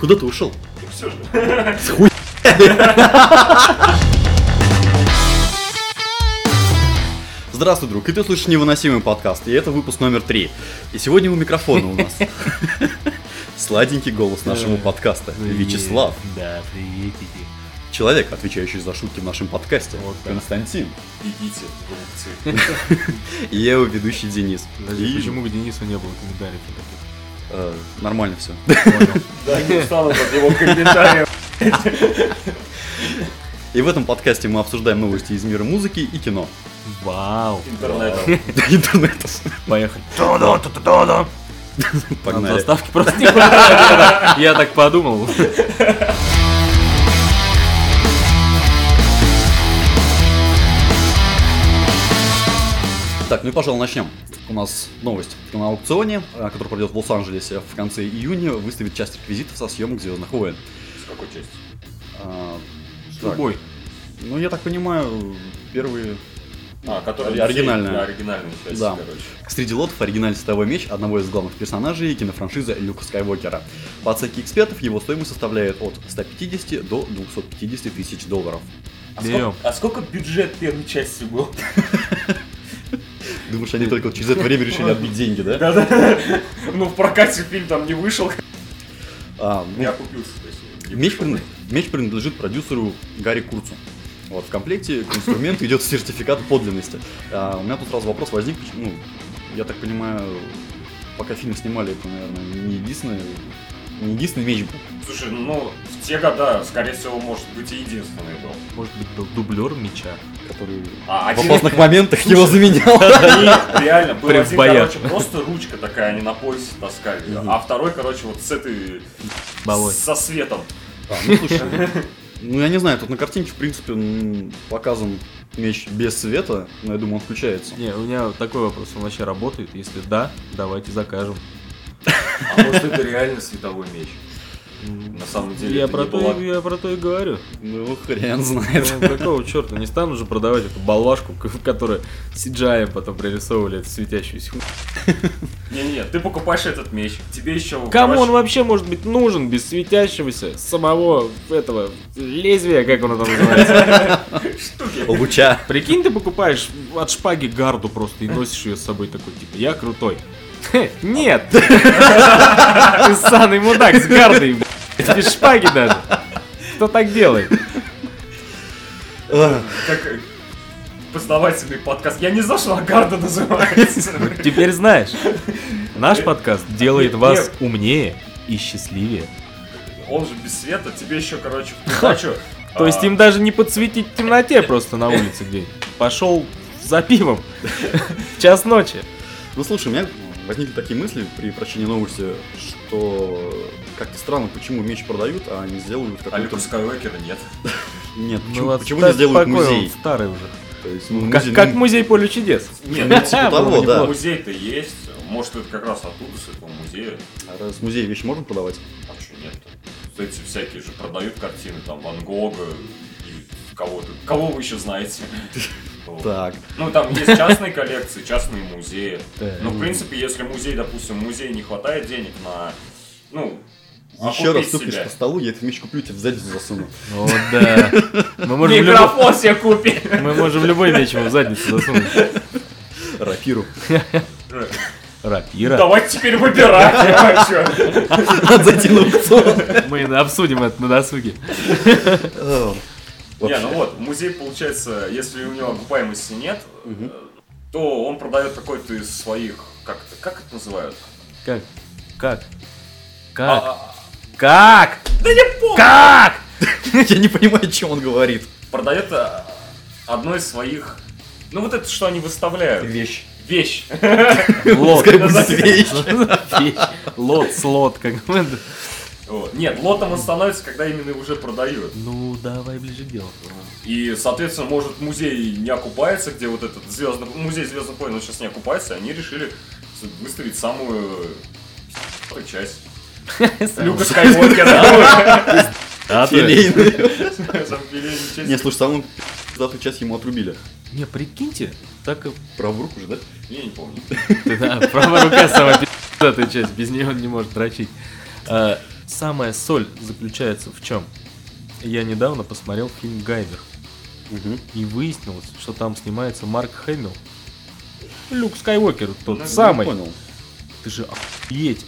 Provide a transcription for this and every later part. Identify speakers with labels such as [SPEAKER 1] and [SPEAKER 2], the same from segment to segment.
[SPEAKER 1] Куда ты ушел?
[SPEAKER 2] Все же.
[SPEAKER 1] С хуй. Здравствуй, друг, и ты слышишь невыносимый подкаст, и это выпуск номер три. И сегодня у микрофона у нас сладенький голос нашему подкаста, Вячеслав.
[SPEAKER 3] Да, приветики.
[SPEAKER 1] Человек, отвечающий за шутки в нашем подкасте,
[SPEAKER 3] Вот так.
[SPEAKER 1] Константин.
[SPEAKER 2] Бегите, голубцы.
[SPEAKER 1] И я его ведущий Денис.
[SPEAKER 3] Подожди,
[SPEAKER 1] И,
[SPEAKER 3] почему к Денису не было комментариев таких?
[SPEAKER 1] э, нормально все.
[SPEAKER 2] Да, не встану под его комментарием.
[SPEAKER 1] И в этом подкасте мы обсуждаем новости из мира музыки и кино.
[SPEAKER 3] Вау.
[SPEAKER 2] Интернетом.
[SPEAKER 1] Интернета.
[SPEAKER 3] Поехали. Нам
[SPEAKER 1] Погнали.
[SPEAKER 3] заставки просто не понравились. Я так подумал.
[SPEAKER 1] Так, ну и, пожалуй, начнем. У нас новость. На аукционе, э, который пройдет в Лос-Анджелесе в конце июня, выставит часть реквизитов со съемок Звездных войн.
[SPEAKER 2] С какой части?
[SPEAKER 1] А, так,
[SPEAKER 3] Любой.
[SPEAKER 1] Ну, я так понимаю, первые...
[SPEAKER 2] А, который...
[SPEAKER 1] Оригинальная.
[SPEAKER 2] Да, оригинальная часть,
[SPEAKER 1] Да.
[SPEAKER 2] короче.
[SPEAKER 1] Среди лотов оригинальный световой меч одного из главных персонажей кинофраншизы Люка Скайуокера. По оценке экспертов, его стоимость составляет от 150 до 250 тысяч долларов.
[SPEAKER 2] А
[SPEAKER 3] Берем.
[SPEAKER 2] сколько- А сколько бюджет первой части был?
[SPEAKER 1] Думаешь, они только через это время решили отбить деньги, да?
[SPEAKER 2] Да-да. Ну, в прокате фильм там не вышел.
[SPEAKER 1] А, ну,
[SPEAKER 2] Я купился, то есть.
[SPEAKER 1] Меч, прин- меч принадлежит продюсеру Гарри Курцу. Вот, в комплекте к инструменту идет сертификат подлинности. А, у меня тут сразу вопрос возник, поч- ну, я так понимаю, пока фильм снимали, это, наверное, не единственный, не единственный меч был.
[SPEAKER 2] Слушай, ну, в те года, скорее всего, может быть, и единственный был.
[SPEAKER 3] Может быть, был дублер мяча.
[SPEAKER 1] который
[SPEAKER 2] А,
[SPEAKER 1] в
[SPEAKER 2] один-
[SPEAKER 1] опасных моментах его заменял.
[SPEAKER 2] И реально, был
[SPEAKER 3] Прям в
[SPEAKER 2] один,
[SPEAKER 3] боях.
[SPEAKER 2] короче, просто ручка такая, они на поясе таскали.
[SPEAKER 1] Мгм.
[SPEAKER 2] А второй, короче, вот с этой...
[SPEAKER 3] Балой.
[SPEAKER 2] Со светом.
[SPEAKER 1] А, ну, слушай, ну, я не знаю, тут на картинке, в принципе, м, показан меч без света, но я думаю, он включается.
[SPEAKER 3] Не, у меня такой вопрос. Он вообще работает? Если да, давайте закажем.
[SPEAKER 2] А может, это реально световой меч? На самом деле,
[SPEAKER 3] я
[SPEAKER 2] это
[SPEAKER 3] про
[SPEAKER 2] не
[SPEAKER 3] то,
[SPEAKER 2] была-
[SPEAKER 3] и- я про то и говорю.
[SPEAKER 1] Ну, хрен знает.
[SPEAKER 3] Ну, Какого черта? Не стану же продавать эту балашку, к- которую CGI потом пририсовывали эту светящуюся хуйню.
[SPEAKER 2] Не-не, ты покупаешь этот меч, тебе еще...
[SPEAKER 3] Кому он вообще может быть нужен без светящегося самого этого лезвия, как оно там называется?
[SPEAKER 2] Штуки.
[SPEAKER 1] Луча.
[SPEAKER 3] Прикинь, ты покупаешь от шпаги гарду просто и носишь ее с собой такой, типа, я крутой. Хе, Нет! Ты ссаный мудак с гардой, блядь, без шпаги даже. Кто так делает?
[SPEAKER 1] Ах.
[SPEAKER 2] Как э, познавательный подкаст. Я не знал, что Агарда называется.
[SPEAKER 1] Ну,
[SPEAKER 3] Теперь знаешь, наш подкаст делает
[SPEAKER 2] Нет,
[SPEAKER 3] вас умнее и счастливее.
[SPEAKER 2] Он же без света, тебе еще, короче, в придачу,
[SPEAKER 3] То есть
[SPEAKER 2] а,
[SPEAKER 3] им даже не подсветить в темноте просто на улице где Пошел за пивом. В Час ночи.
[SPEAKER 1] Ну слушай, у меня возникли такие мысли при прочтении новости, что как-то странно, почему меч продают, а не сделают
[SPEAKER 2] А
[SPEAKER 1] какой-то...
[SPEAKER 2] Люка Скайуокера нет.
[SPEAKER 1] Нет, почему,
[SPEAKER 3] Ну,
[SPEAKER 1] почему не
[SPEAKER 3] отставь
[SPEAKER 1] сделают
[SPEAKER 3] покой, он
[SPEAKER 1] музей?
[SPEAKER 3] старый уже.
[SPEAKER 1] То есть, ну,
[SPEAKER 3] Как,
[SPEAKER 1] музей,
[SPEAKER 3] как
[SPEAKER 1] ну,
[SPEAKER 3] музей поле чудес. А,
[SPEAKER 2] Нет,
[SPEAKER 1] Ну, типа
[SPEAKER 3] было
[SPEAKER 1] того,
[SPEAKER 3] бы
[SPEAKER 1] да.
[SPEAKER 2] музей-то есть. Может, это как раз оттуда, с этого музея.
[SPEAKER 1] а Раз музей вещи можно продавать?
[SPEAKER 2] А что нет-то? Вот Эти всякие же продают картины, там, Ван Гога и кого-то. Кого вы еще знаете? Вот.
[SPEAKER 1] Так.
[SPEAKER 2] Ну, там есть частные коллекции, частные музеи.
[SPEAKER 3] Да.
[SPEAKER 2] Ну, в принципе, если музей, допустим, музей не хватает денег на, ну,
[SPEAKER 3] А
[SPEAKER 1] Еще раз
[SPEAKER 2] окупить
[SPEAKER 1] стукнешь
[SPEAKER 2] себя.
[SPEAKER 1] по столу, я этот меч куплю, тебе в задницу засуну.
[SPEAKER 3] Ну Вот да. Мы можем, любой,
[SPEAKER 2] Микрофон себе купи!
[SPEAKER 3] мы можем любой меч ему в задницу засунуть.
[SPEAKER 1] Рапиру.
[SPEAKER 3] Рапира.
[SPEAKER 2] Давайте теперь выбирать, а чё?
[SPEAKER 1] Отзайти на аукцион.
[SPEAKER 3] Мы обсудим это на досуге.
[SPEAKER 1] Эм,
[SPEAKER 2] Не,
[SPEAKER 1] вообще.
[SPEAKER 2] ну вот, музей, получается, если у него окупаемости нет,
[SPEAKER 1] Мгм.
[SPEAKER 2] э, то он продает какой-то из своих, как это, как это называют?
[SPEAKER 3] Как? Как? Как?
[SPEAKER 2] А,
[SPEAKER 3] Как?
[SPEAKER 2] Да не помню!
[SPEAKER 3] Как?
[SPEAKER 1] Я не понимаю, о чем он говорит.
[SPEAKER 2] Продает э, одно из своих, ну вот это, что они выставляют,
[SPEAKER 1] Вещь.
[SPEAKER 2] вещь.
[SPEAKER 3] Лот.
[SPEAKER 1] Пускай будет вещь.
[SPEAKER 3] Лот, слот, как бы.
[SPEAKER 2] Вот. Нет, лотом он становится, когда именно уже продают.
[SPEAKER 3] Ну, давай ближе к делу.
[SPEAKER 2] И, соответственно, может музей не окупается, где вот этот звездный музей звездных войн он сейчас не окупается, они решили с- выставить самую э, часть. Люка Скайуокера.
[SPEAKER 3] А то-
[SPEAKER 1] Филейный.
[SPEAKER 2] Самую филейную часть.
[SPEAKER 1] Не, слушай, самую пиздатую часть ему отрубили.
[SPEAKER 3] Не, прикиньте, так и...
[SPEAKER 1] Правую руку же, да?
[SPEAKER 2] Я не помню.
[SPEAKER 3] Да, правая рука самая пи***тая часть, без нее он не может дрочить. А, Самая соль заключается в чем? Я недавно посмотрел фильм Гайдер.
[SPEAKER 1] Мгм.
[SPEAKER 3] И выяснилось, что там снимается Марк Хэмилл. Люк Скайуокер тот
[SPEAKER 2] Ну,
[SPEAKER 3] самый.
[SPEAKER 1] Я понял.
[SPEAKER 3] Ты же охуеть.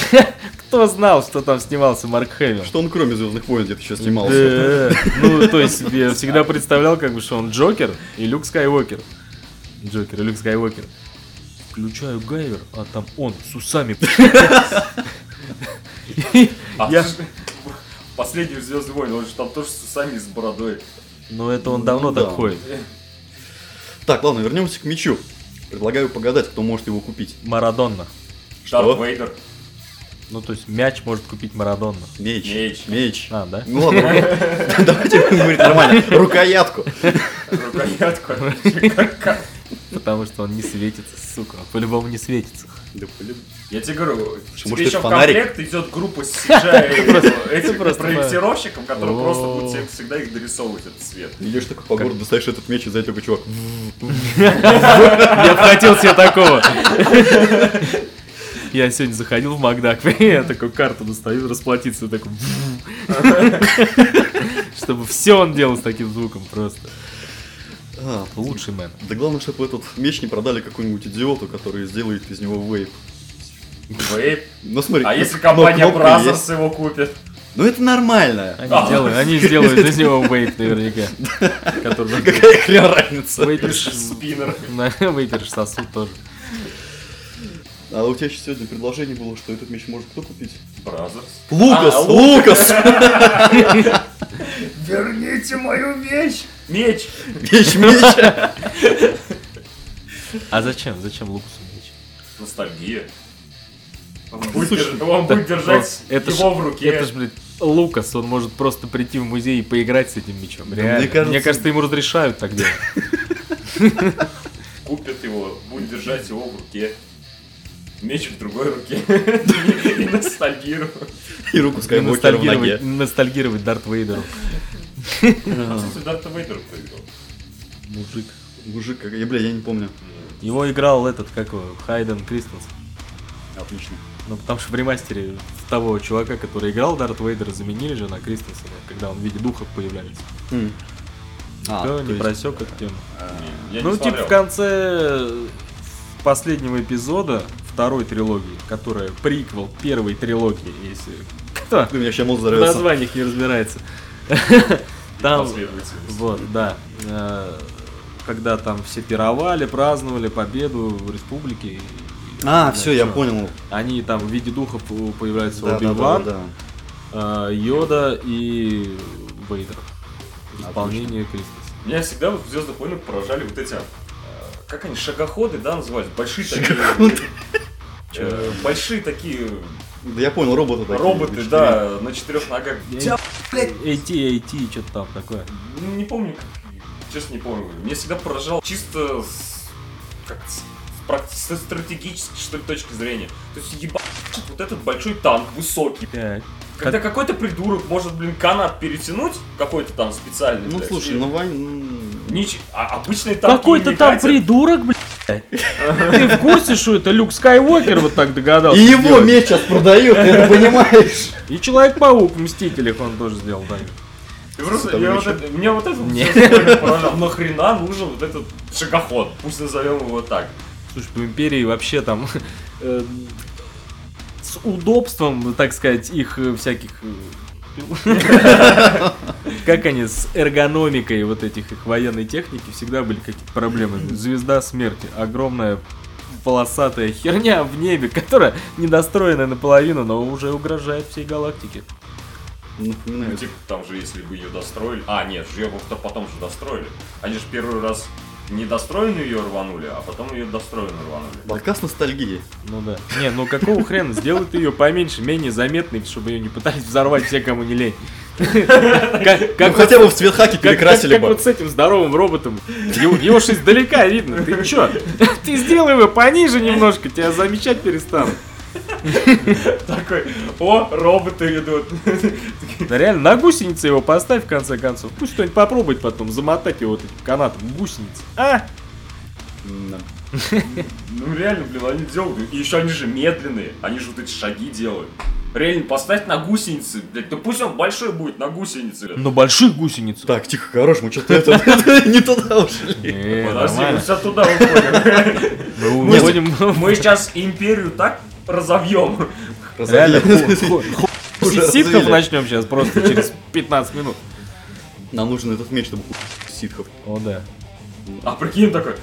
[SPEAKER 3] Кто знал, что там снимался Марк Хэмилл?
[SPEAKER 1] Что он кроме Звездных войн где-то еще снимался.
[SPEAKER 3] Да. Ну, то есть, я всегда представлял, как бы, что он Джокер и Люк Скайуокер. Джокер и Люк Скайуокер. Включаю Гайвер, а там он с усами. И
[SPEAKER 2] А
[SPEAKER 3] я-
[SPEAKER 2] ты же- Последний Звездный войн, он же там тоже с усами и с бородой.
[SPEAKER 3] Ну, это он давно
[SPEAKER 1] Ну, да.
[SPEAKER 3] так ходит.
[SPEAKER 1] Так, ладно, вернемся к мечу. Предлагаю погадать, кто может его купить.
[SPEAKER 3] Марадонна.
[SPEAKER 2] Дарт Вейдер.
[SPEAKER 3] Ну, то есть, мяч может купить Марадонна.
[SPEAKER 1] Меч.
[SPEAKER 2] Меч.
[SPEAKER 1] Меч.
[SPEAKER 3] А, да?
[SPEAKER 1] Ну ладно, ру- давайте будем говорить нормально. Рукоятку.
[SPEAKER 2] Рукоятку.
[SPEAKER 3] Потому что он не светится, сука. Он По-любому не светится.
[SPEAKER 1] Да, блин.
[SPEAKER 2] Я тебе говорю,
[SPEAKER 1] может,
[SPEAKER 2] тебе еще
[SPEAKER 1] это
[SPEAKER 2] в
[SPEAKER 1] фонарик?
[SPEAKER 2] комплект идет группа с CGI этих
[SPEAKER 3] просто
[SPEAKER 2] проектировщиков, которые просто
[SPEAKER 3] О.
[SPEAKER 2] будут тебе всегда их дорисовывать этот цвет.
[SPEAKER 1] Идешь такой по городу, достаешь этот меч и за этого чувак.
[SPEAKER 3] Я бы хотел себе такого. Я сегодня заходил в Макдак, я такую карту достаю, расплатиться, и такой... Чтобы все он делал с таким звуком просто.
[SPEAKER 1] А,
[SPEAKER 3] Лучший мэн.
[SPEAKER 1] Да главное, чтобы этот меч не продали какому-нибудь идиоту, который сделает из него вейп.
[SPEAKER 2] Вейп.
[SPEAKER 1] Ну смотри,
[SPEAKER 2] А
[SPEAKER 1] кно-
[SPEAKER 2] если компания
[SPEAKER 1] кнопка есть.
[SPEAKER 2] Бразерс его купит?
[SPEAKER 1] Ну это нормально.
[SPEAKER 2] А.
[SPEAKER 3] Они сделают, они сделают из него вейп наверняка. Который
[SPEAKER 1] Какая хрен разница?
[SPEAKER 3] вейперш...
[SPEAKER 2] Спиннер.
[SPEAKER 3] на- вейперш сосуд тоже.
[SPEAKER 1] А у тебя еще сегодня предложение было, что этот меч может кто купить?
[SPEAKER 2] Бразерс.
[SPEAKER 1] Лукас!
[SPEAKER 2] А,
[SPEAKER 1] Лукас!
[SPEAKER 2] Верните мою вещь! Меч!
[SPEAKER 1] Меч, меч!
[SPEAKER 3] А зачем? Зачем Лукасу меч?
[SPEAKER 2] Ностальгия. Он будет,
[SPEAKER 1] Слушай,
[SPEAKER 2] держ- он будет держать
[SPEAKER 3] это
[SPEAKER 2] его
[SPEAKER 3] ж-
[SPEAKER 2] в руке.
[SPEAKER 3] Это же, блядь, Лукас, он может просто прийти в музей и поиграть с этим мечом. Реально.
[SPEAKER 1] мне кажется-
[SPEAKER 3] Мне кажется, ему разрешают так делать.
[SPEAKER 2] Купит его, будет держать его в руке. Меч в другой руке. И ностальгирует.
[SPEAKER 1] И руку Скайуокера в
[SPEAKER 3] ностальгировать,
[SPEAKER 1] ноге.
[SPEAKER 3] ностальгировать Дарт
[SPEAKER 1] А,
[SPEAKER 3] Вейдеру.
[SPEAKER 2] Кстати, Дарта Вейдер поиграл.
[SPEAKER 3] Мужик.
[SPEAKER 1] Мужик, как- я, бля, я не помню.
[SPEAKER 3] Его играл этот, как его, Хайден Кристенсен.
[SPEAKER 1] Отлично.
[SPEAKER 3] Ну, потому что в ремастере того чувака, который играл Дарт Вейдера, заменили же на Кристенсена, когда он в виде духов появляется.
[SPEAKER 1] М. А,
[SPEAKER 3] Никто
[SPEAKER 1] то
[SPEAKER 3] не
[SPEAKER 1] есть,
[SPEAKER 3] просек эту тему.
[SPEAKER 2] Не, Я
[SPEAKER 3] ну,
[SPEAKER 2] не
[SPEAKER 3] типа,
[SPEAKER 2] смотрел.
[SPEAKER 3] в конце последнего эпизода второй трилогии, которая приквел первой трилогии, если кто
[SPEAKER 1] Блин, у меня сейчас мозг
[SPEAKER 3] в
[SPEAKER 1] взорвется.
[SPEAKER 3] названиях не разбирается. Там
[SPEAKER 2] Последовательность.
[SPEAKER 3] Вот, да. Э, Когда там все пировали, праздновали победу в республике. и-
[SPEAKER 1] А,
[SPEAKER 3] и-
[SPEAKER 1] все,
[SPEAKER 3] да,
[SPEAKER 1] я
[SPEAKER 3] всё.
[SPEAKER 1] понял.
[SPEAKER 3] Они там в виде духов у- появляются
[SPEAKER 1] Да, да, да,
[SPEAKER 3] Оби-Ван,
[SPEAKER 1] да.
[SPEAKER 3] э, Йода и Вейдер. В Исполнение Кристоса.
[SPEAKER 2] Меня всегда вот в Звездных войнах поражали вот эти, э, как они, шагоходы, да, назывались? Большие такие. э, Большие такие
[SPEAKER 1] Да я понял, роботы такие.
[SPEAKER 2] роботы,
[SPEAKER 1] четыре.
[SPEAKER 2] да, на четырех ногах.
[SPEAKER 3] Я- AT, AT, что-то там такое.
[SPEAKER 2] Ну, Не помню, как- честно не помню. Меня всегда поражал чисто с, как, с- с практи- со стратегической, что ли, точки зрения. То есть, ебать, вот этот большой танк, высокий.
[SPEAKER 3] Пять.
[SPEAKER 2] Когда какой-то придурок может, блин, канат перетянуть, какой-то там специальный,
[SPEAKER 1] Ну
[SPEAKER 2] блядь,
[SPEAKER 1] слушай,
[SPEAKER 2] и-
[SPEAKER 1] ну Вань... м,
[SPEAKER 2] Нич- а обычные танки
[SPEAKER 3] Какой-то
[SPEAKER 2] не
[SPEAKER 3] там
[SPEAKER 2] катят.
[SPEAKER 3] придурок, блядь. Ты в курсе, что это Люк Скайуокер вот так
[SPEAKER 1] И
[SPEAKER 3] догадался?
[SPEAKER 1] его
[SPEAKER 3] сделать?
[SPEAKER 1] меч сейчас продают, ты это понимаешь?
[SPEAKER 3] И Человек-паук в Мстителях он тоже сделал, да.
[SPEAKER 2] И просто
[SPEAKER 1] Там
[SPEAKER 2] я вот
[SPEAKER 1] еще-
[SPEAKER 2] это- меня вот это вот
[SPEAKER 3] Не.
[SPEAKER 2] всё такое поражало. Нахрена нужен вот этот шагоход? Пусть назовем его так.
[SPEAKER 3] Слушай, по империи вообще там э, с удобством, так сказать, их э, всяких... э, Как они с эргономикой вот этих их военной техники всегда были какие-то проблемы. Звезда смерти, огромная полосатая херня в небе, которая недостроенная наполовину, но уже угрожает всей галактике.
[SPEAKER 2] Ну,
[SPEAKER 1] Напоминаю.
[SPEAKER 2] типа, там же, если бы ее достроили... А, нет, же ее как-то потом же достроили. Они же первый раз недостроенную ее рванули, а потом ее достроенную рванули.
[SPEAKER 1] Подкаст ностальгии.
[SPEAKER 3] Ну да. Не, ну какого хрена? Сделают ее поменьше, менее заметной, чтобы ее не пытались взорвать все, кому не лень. Как-
[SPEAKER 1] Ну
[SPEAKER 3] как вот
[SPEAKER 1] хотя бы в цвет хаки
[SPEAKER 3] Как,
[SPEAKER 1] перекрасили
[SPEAKER 3] как- как
[SPEAKER 1] бы.
[SPEAKER 3] вот с этим здоровым роботом. Его, его ж издалека видно. Ты чё? Ты сделай его пониже немножко, тебя замечать перестанут.
[SPEAKER 2] Такой, о, роботы идут.
[SPEAKER 3] Да реально, на гусеницы его поставь в конце концов. Пусть кто-нибудь попробует потом замотать его вот этим канатом в гусеницы. А?
[SPEAKER 1] М, да.
[SPEAKER 2] Ну реально, блин, они делают. И еще они же медленные, они же вот эти шаги делают. Реально, поставь на гусеницы, блядь, да пусть он большой будет на гусенице. блядь.
[SPEAKER 3] Но больших гусениц.
[SPEAKER 1] Так, тихо, хорош, мы что-то это не туда ушли.
[SPEAKER 3] Э,
[SPEAKER 2] Подожди, мы
[SPEAKER 3] нормально. Ну,
[SPEAKER 2] все туда уходим.
[SPEAKER 3] Мы
[SPEAKER 1] Мы-
[SPEAKER 3] уходим.
[SPEAKER 2] Мы сейчас империю так разовьем.
[SPEAKER 3] Реально,
[SPEAKER 1] Разобьем.
[SPEAKER 3] ху- ху- ху-
[SPEAKER 1] Уже
[SPEAKER 3] ситков
[SPEAKER 1] развели.
[SPEAKER 3] начнем сейчас просто через 15 минут.
[SPEAKER 1] Нам нужен этот меч, чтобы ху- ситхов.
[SPEAKER 3] О, да.
[SPEAKER 2] А прикинь такой,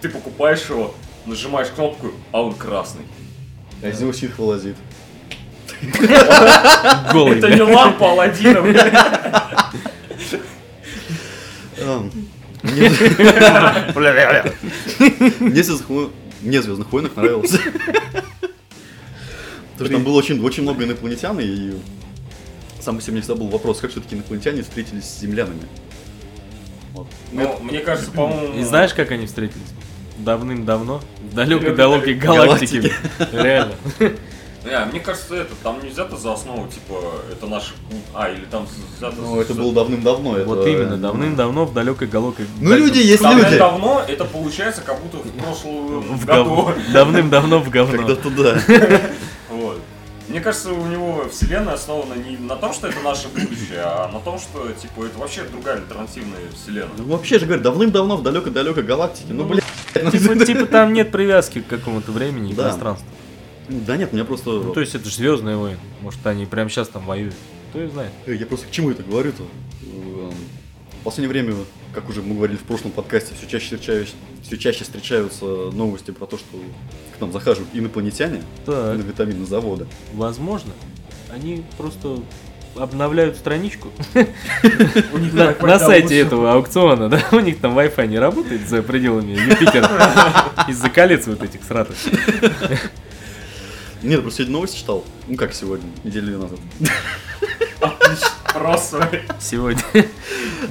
[SPEAKER 2] ты покупаешь его, нажимаешь кнопку, а он красный.
[SPEAKER 1] А из него ситх вылазит.
[SPEAKER 3] Голый,
[SPEAKER 2] Это
[SPEAKER 3] бля.
[SPEAKER 2] не лампа а Аладдина, блядь.
[SPEAKER 1] Эм, Мне
[SPEAKER 3] Бля-бля-бля.
[SPEAKER 1] мне «Звездных вой- мне в Звездных войнах нравился. Потому что там было очень, очень много инопланетян, и сам по себе мне всегда был вопрос, как все-таки инопланетяне встретились с землянами. Вот.
[SPEAKER 2] Ну, мне кажется, по-моему...
[SPEAKER 3] И знаешь, как они встретились? Давным-давно, в далекой-далекой
[SPEAKER 2] Далекой-далекой
[SPEAKER 3] галактике. Реально.
[SPEAKER 2] Не, мне кажется, это, там не взято за основу, типа, это наши... пу- А, или там взято...
[SPEAKER 1] Ну, это было давным-давно. это-
[SPEAKER 3] Вот именно, давным-давно в далекой галокой.
[SPEAKER 1] Ну, люди есть люди.
[SPEAKER 2] давно это получается, как будто в прошлом
[SPEAKER 3] В
[SPEAKER 2] году.
[SPEAKER 3] говно. Давным-давно в говно.
[SPEAKER 1] Когда-то да.
[SPEAKER 2] Вот. Мне кажется, у него вселенная основана не на том, что это наше будущее, а на том, что, типа, это вообще другая альтернативная вселенная.
[SPEAKER 1] Ну, вообще же, говорю, давным-давно в далекой-далекой галактике. Ну, блядь.
[SPEAKER 3] Типа, типа там нет привязки к какому-то времени и
[SPEAKER 1] Да.
[SPEAKER 3] пространству.
[SPEAKER 1] Да нет, меня просто...
[SPEAKER 3] Ну, то есть это же звездные войны. Может, они прямо сейчас там воюют. Кто их знает.
[SPEAKER 1] Э, Я просто к чему это говорю-то? Эм, В последнее время, как уже мы говорили в прошлом подкасте, все чаще, встречаюсь- все чаще встречаются новости про то, что к нам захаживают инопланетяне
[SPEAKER 3] Так,
[SPEAKER 1] на витаминные заводы.
[SPEAKER 3] возможно, они просто обновляют страничку
[SPEAKER 2] У них
[SPEAKER 3] на,
[SPEAKER 2] какой-то
[SPEAKER 3] на сайте
[SPEAKER 2] лучше-
[SPEAKER 3] этого аукциона, да? У них там Wi-Fi не работает за пределами Юпитера из-за колец вот этих сратых.
[SPEAKER 1] Нет, просто сегодня новости читал. Ну как сегодня, неделю две назад.
[SPEAKER 2] Отлично, Просто.
[SPEAKER 3] Сегодня.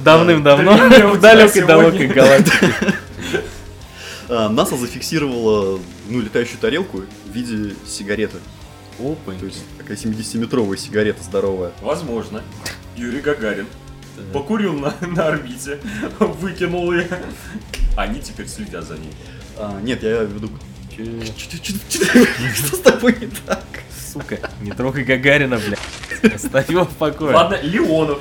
[SPEAKER 3] Давным-давно
[SPEAKER 2] Древняя у
[SPEAKER 3] в
[SPEAKER 2] тебя
[SPEAKER 3] далекой-далекой
[SPEAKER 2] сегодня.
[SPEAKER 3] галактике.
[SPEAKER 1] А, НАСА зафиксировала ну, летающую тарелку в виде сигареты. То есть такая 70-метровая сигарета здоровая.
[SPEAKER 2] Возможно. Юрий Гагарин покурил на, на орбите, выкинул ее. Они теперь следят за ней.
[SPEAKER 1] А, нет, я веду...
[SPEAKER 3] Чё,
[SPEAKER 1] Что с тобой не так?
[SPEAKER 3] Сука, не трогай Гагарина, блядь. Оставь его в покое.
[SPEAKER 2] Ладно, Леонов.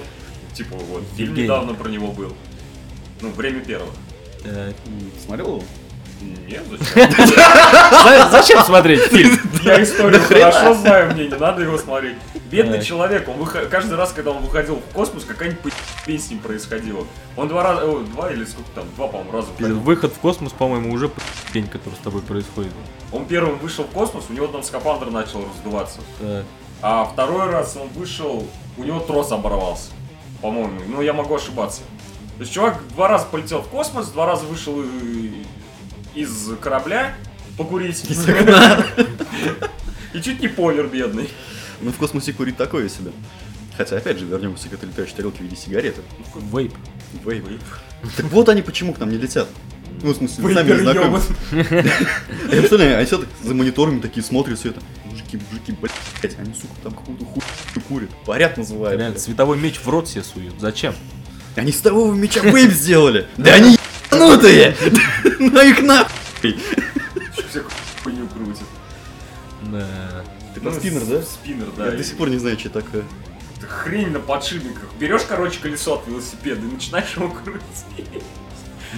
[SPEAKER 2] Типа вот, фильм
[SPEAKER 3] Евгений.
[SPEAKER 2] недавно про него был. Ну, время первого.
[SPEAKER 3] Э,
[SPEAKER 1] М, Смотрел его?
[SPEAKER 2] Нет, ну, зачем?
[SPEAKER 3] за- Зачем смотреть фильм?
[SPEAKER 2] Я историю хорошо знаю, мне не надо его смотреть. Бедный
[SPEAKER 3] Так.
[SPEAKER 2] человек, он выход- каждый раз, когда он выходил в космос, какая-нибудь пи***ь с ним происходила. Он два раза, о, два или сколько там, два, по-моему, раза
[SPEAKER 3] Блин,
[SPEAKER 2] выходил.
[SPEAKER 3] Выход в космос, по-моему, уже день, который с тобой происходит.
[SPEAKER 2] Он первым вышел в космос, у него там скафандр начал раздуваться.
[SPEAKER 3] Так,
[SPEAKER 2] А второй раз он вышел, у него трос оборвался. По-моему, ну я могу ошибаться. То есть чувак два раза полетел в космос, два раза вышел и- из корабля покурить. И чуть не помер, бедный.
[SPEAKER 1] Ну, в космосе курить такое себе. Хотя, опять же, вернемся к этой летающей тарелке в виде сигареты.
[SPEAKER 3] Вейп.
[SPEAKER 1] Вейп. Так вот они почему к нам не летят. Ну, в смысле, сами не
[SPEAKER 2] Вейпер, ёбан.
[SPEAKER 1] знакомы. Я представляю, они сидят за мониторами такие смотрят все это. Мужики, мужики, блядь, они, сука, там какую-то хуйню курят. Поряд называют.
[SPEAKER 3] Реально, световой меч в рот себе суют. Зачем?
[SPEAKER 1] Они с того меча вейп сделали. Да они ебанутые! Ну их нахуй!
[SPEAKER 2] Всякую хуйню крутит.
[SPEAKER 3] Да.
[SPEAKER 1] Ты
[SPEAKER 2] Ну,
[SPEAKER 1] про спиннер, да?
[SPEAKER 2] Спиннер, да.
[SPEAKER 1] Я до
[SPEAKER 2] и
[SPEAKER 1] сих пор не знаю, что такое.
[SPEAKER 2] эта Хрень на подшипниках. Берешь, короче, колесо от велосипеда и начинаешь его крутить.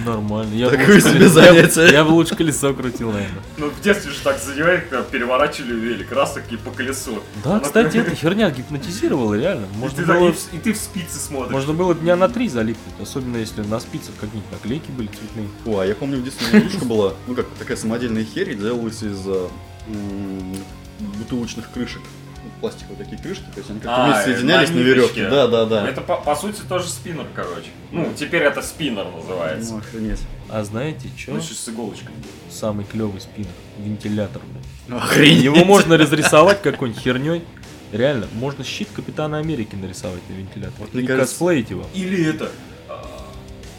[SPEAKER 3] Нормально. Я бы
[SPEAKER 1] Такое
[SPEAKER 3] лучше
[SPEAKER 1] себе
[SPEAKER 3] колесо- я бы-
[SPEAKER 1] занятие.
[SPEAKER 3] Я бы лучше колесо крутил, наверное.
[SPEAKER 2] Ну, в детстве же так задевает, когда переворачивали велик, раз таки по колесу.
[SPEAKER 3] Да,
[SPEAKER 2] Оно
[SPEAKER 3] кстати, эта херня гипнотизировала, реально.
[SPEAKER 2] И
[SPEAKER 3] Можно
[SPEAKER 2] ты, так- и
[SPEAKER 3] было,
[SPEAKER 2] в- и ты в спицы смотришь.
[SPEAKER 3] можно было дня на три залипнуть, особенно если на спицах какие-нибудь наклейки были цветные.
[SPEAKER 1] О, а я помню, в детстве у меня игрушка была, ну как, такая самодельная херь, делалась из э, м, бутылочных крышек. Ну, пластиковые такие крышки, то есть они как-то
[SPEAKER 2] А,
[SPEAKER 1] вместе
[SPEAKER 2] э,
[SPEAKER 1] соединялись
[SPEAKER 2] на
[SPEAKER 1] на, веревке.
[SPEAKER 2] ниточке.
[SPEAKER 1] Да, да, да.
[SPEAKER 2] Это по, по сути тоже спиннер, короче. Ну, теперь это спиннер называется.
[SPEAKER 1] Ну, охренеть.
[SPEAKER 3] А знаете, что?
[SPEAKER 2] Ну, сейчас с иголочкой. делают.
[SPEAKER 3] Самый клевый спиннер. Вентилятор, блядь.
[SPEAKER 2] Ну,
[SPEAKER 1] Охренеть.
[SPEAKER 3] Его можно разрисовать какой-нибудь херней. Реально, можно щит Капитана Америки нарисовать на вентиляторе.
[SPEAKER 1] Вот мне
[SPEAKER 3] И
[SPEAKER 1] кажется-
[SPEAKER 3] косплеить его.
[SPEAKER 2] Или это а,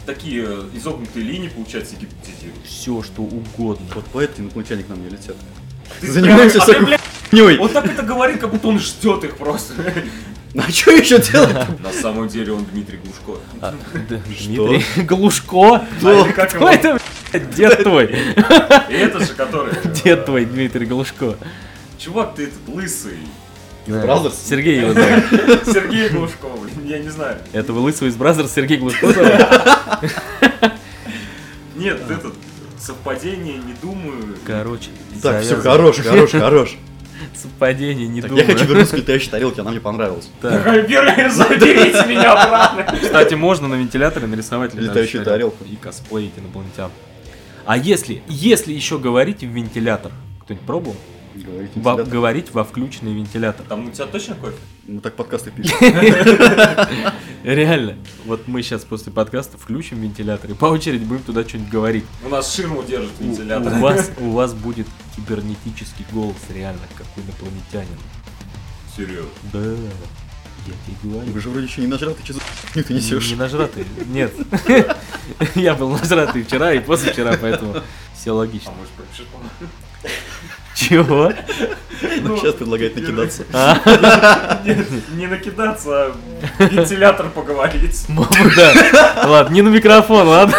[SPEAKER 2] такие э, изогнутые линии, получается, гипнотизируют.
[SPEAKER 3] Все, что угодно.
[SPEAKER 1] Вот поэтому инопланетяне к нам не летят.
[SPEAKER 2] Ты
[SPEAKER 1] Занимаемся
[SPEAKER 2] прям- а ты,
[SPEAKER 1] всякой
[SPEAKER 2] бля,
[SPEAKER 1] хуйней.
[SPEAKER 2] Он так это говорит, как будто он ждет их просто.
[SPEAKER 1] А что еще делать?
[SPEAKER 2] На самом деле он Дмитрий Глушко.
[SPEAKER 3] А, да, Дмитрий Глушко?
[SPEAKER 1] Кто?
[SPEAKER 2] А или как
[SPEAKER 3] Кто
[SPEAKER 2] его?
[SPEAKER 3] это? Дед твой,
[SPEAKER 2] И этот же, который... э,
[SPEAKER 3] дед твой, Дмитрий Глушко.
[SPEAKER 2] Чувак, ты этот лысый.
[SPEAKER 1] Из Бразерс?
[SPEAKER 3] Сергей его зовут.
[SPEAKER 2] Сергей Глушко, блин, я не знаю.
[SPEAKER 3] Это вы лысый из Бразерс, Сергей Глушко зовут?
[SPEAKER 2] Нет, этот, совпадение, не думаю.
[SPEAKER 3] Короче,
[SPEAKER 1] Так, все,
[SPEAKER 3] завязывай.
[SPEAKER 1] хорош, хорош, хорош.
[SPEAKER 3] Совпадение, не
[SPEAKER 1] Так, Я хочу
[SPEAKER 3] думаю.
[SPEAKER 1] вернуться к летающей тарелке, она мне понравилась.
[SPEAKER 3] Так.
[SPEAKER 2] Вера, заберите меня обратно.
[SPEAKER 3] Кстати, можно на вентиляторе нарисовать
[SPEAKER 1] Летающую тарелку.
[SPEAKER 3] И косплеить инопланетян. А если, если еще говорить в вентилятор, кто-нибудь пробовал?
[SPEAKER 1] Говорите,
[SPEAKER 3] Во-
[SPEAKER 1] всегда-
[SPEAKER 3] говорить во включенный вентилятор.
[SPEAKER 2] Там у тебя точно кофе?
[SPEAKER 1] Ну так подкасты пишут.
[SPEAKER 3] Реально. Вот мы сейчас после подкаста включим вентилятор и по очереди будем туда что-нибудь говорить.
[SPEAKER 2] У нас ширму держит
[SPEAKER 3] У,
[SPEAKER 2] вентилятор.
[SPEAKER 3] у вас, у вас будет кибернетический голос, реально, как у инопланетянина.
[SPEAKER 2] Серьезно.
[SPEAKER 3] Да, я тебе говорю.
[SPEAKER 1] Вы же вроде еще не нажрал, ты что за
[SPEAKER 2] Ну,
[SPEAKER 1] ты несешь?
[SPEAKER 3] Не нажратый, нет. Я был нажратый вчера и позавчера, поэтому все
[SPEAKER 2] А
[SPEAKER 3] логично.
[SPEAKER 2] может, пропишешь по
[SPEAKER 3] Чего?
[SPEAKER 2] Ну,
[SPEAKER 1] Сейчас предлагает накидаться.
[SPEAKER 3] А,
[SPEAKER 2] Не- Не накидаться, а вентилятор поговорить.
[SPEAKER 3] мама, да. Ладно, не на микрофон, ладно?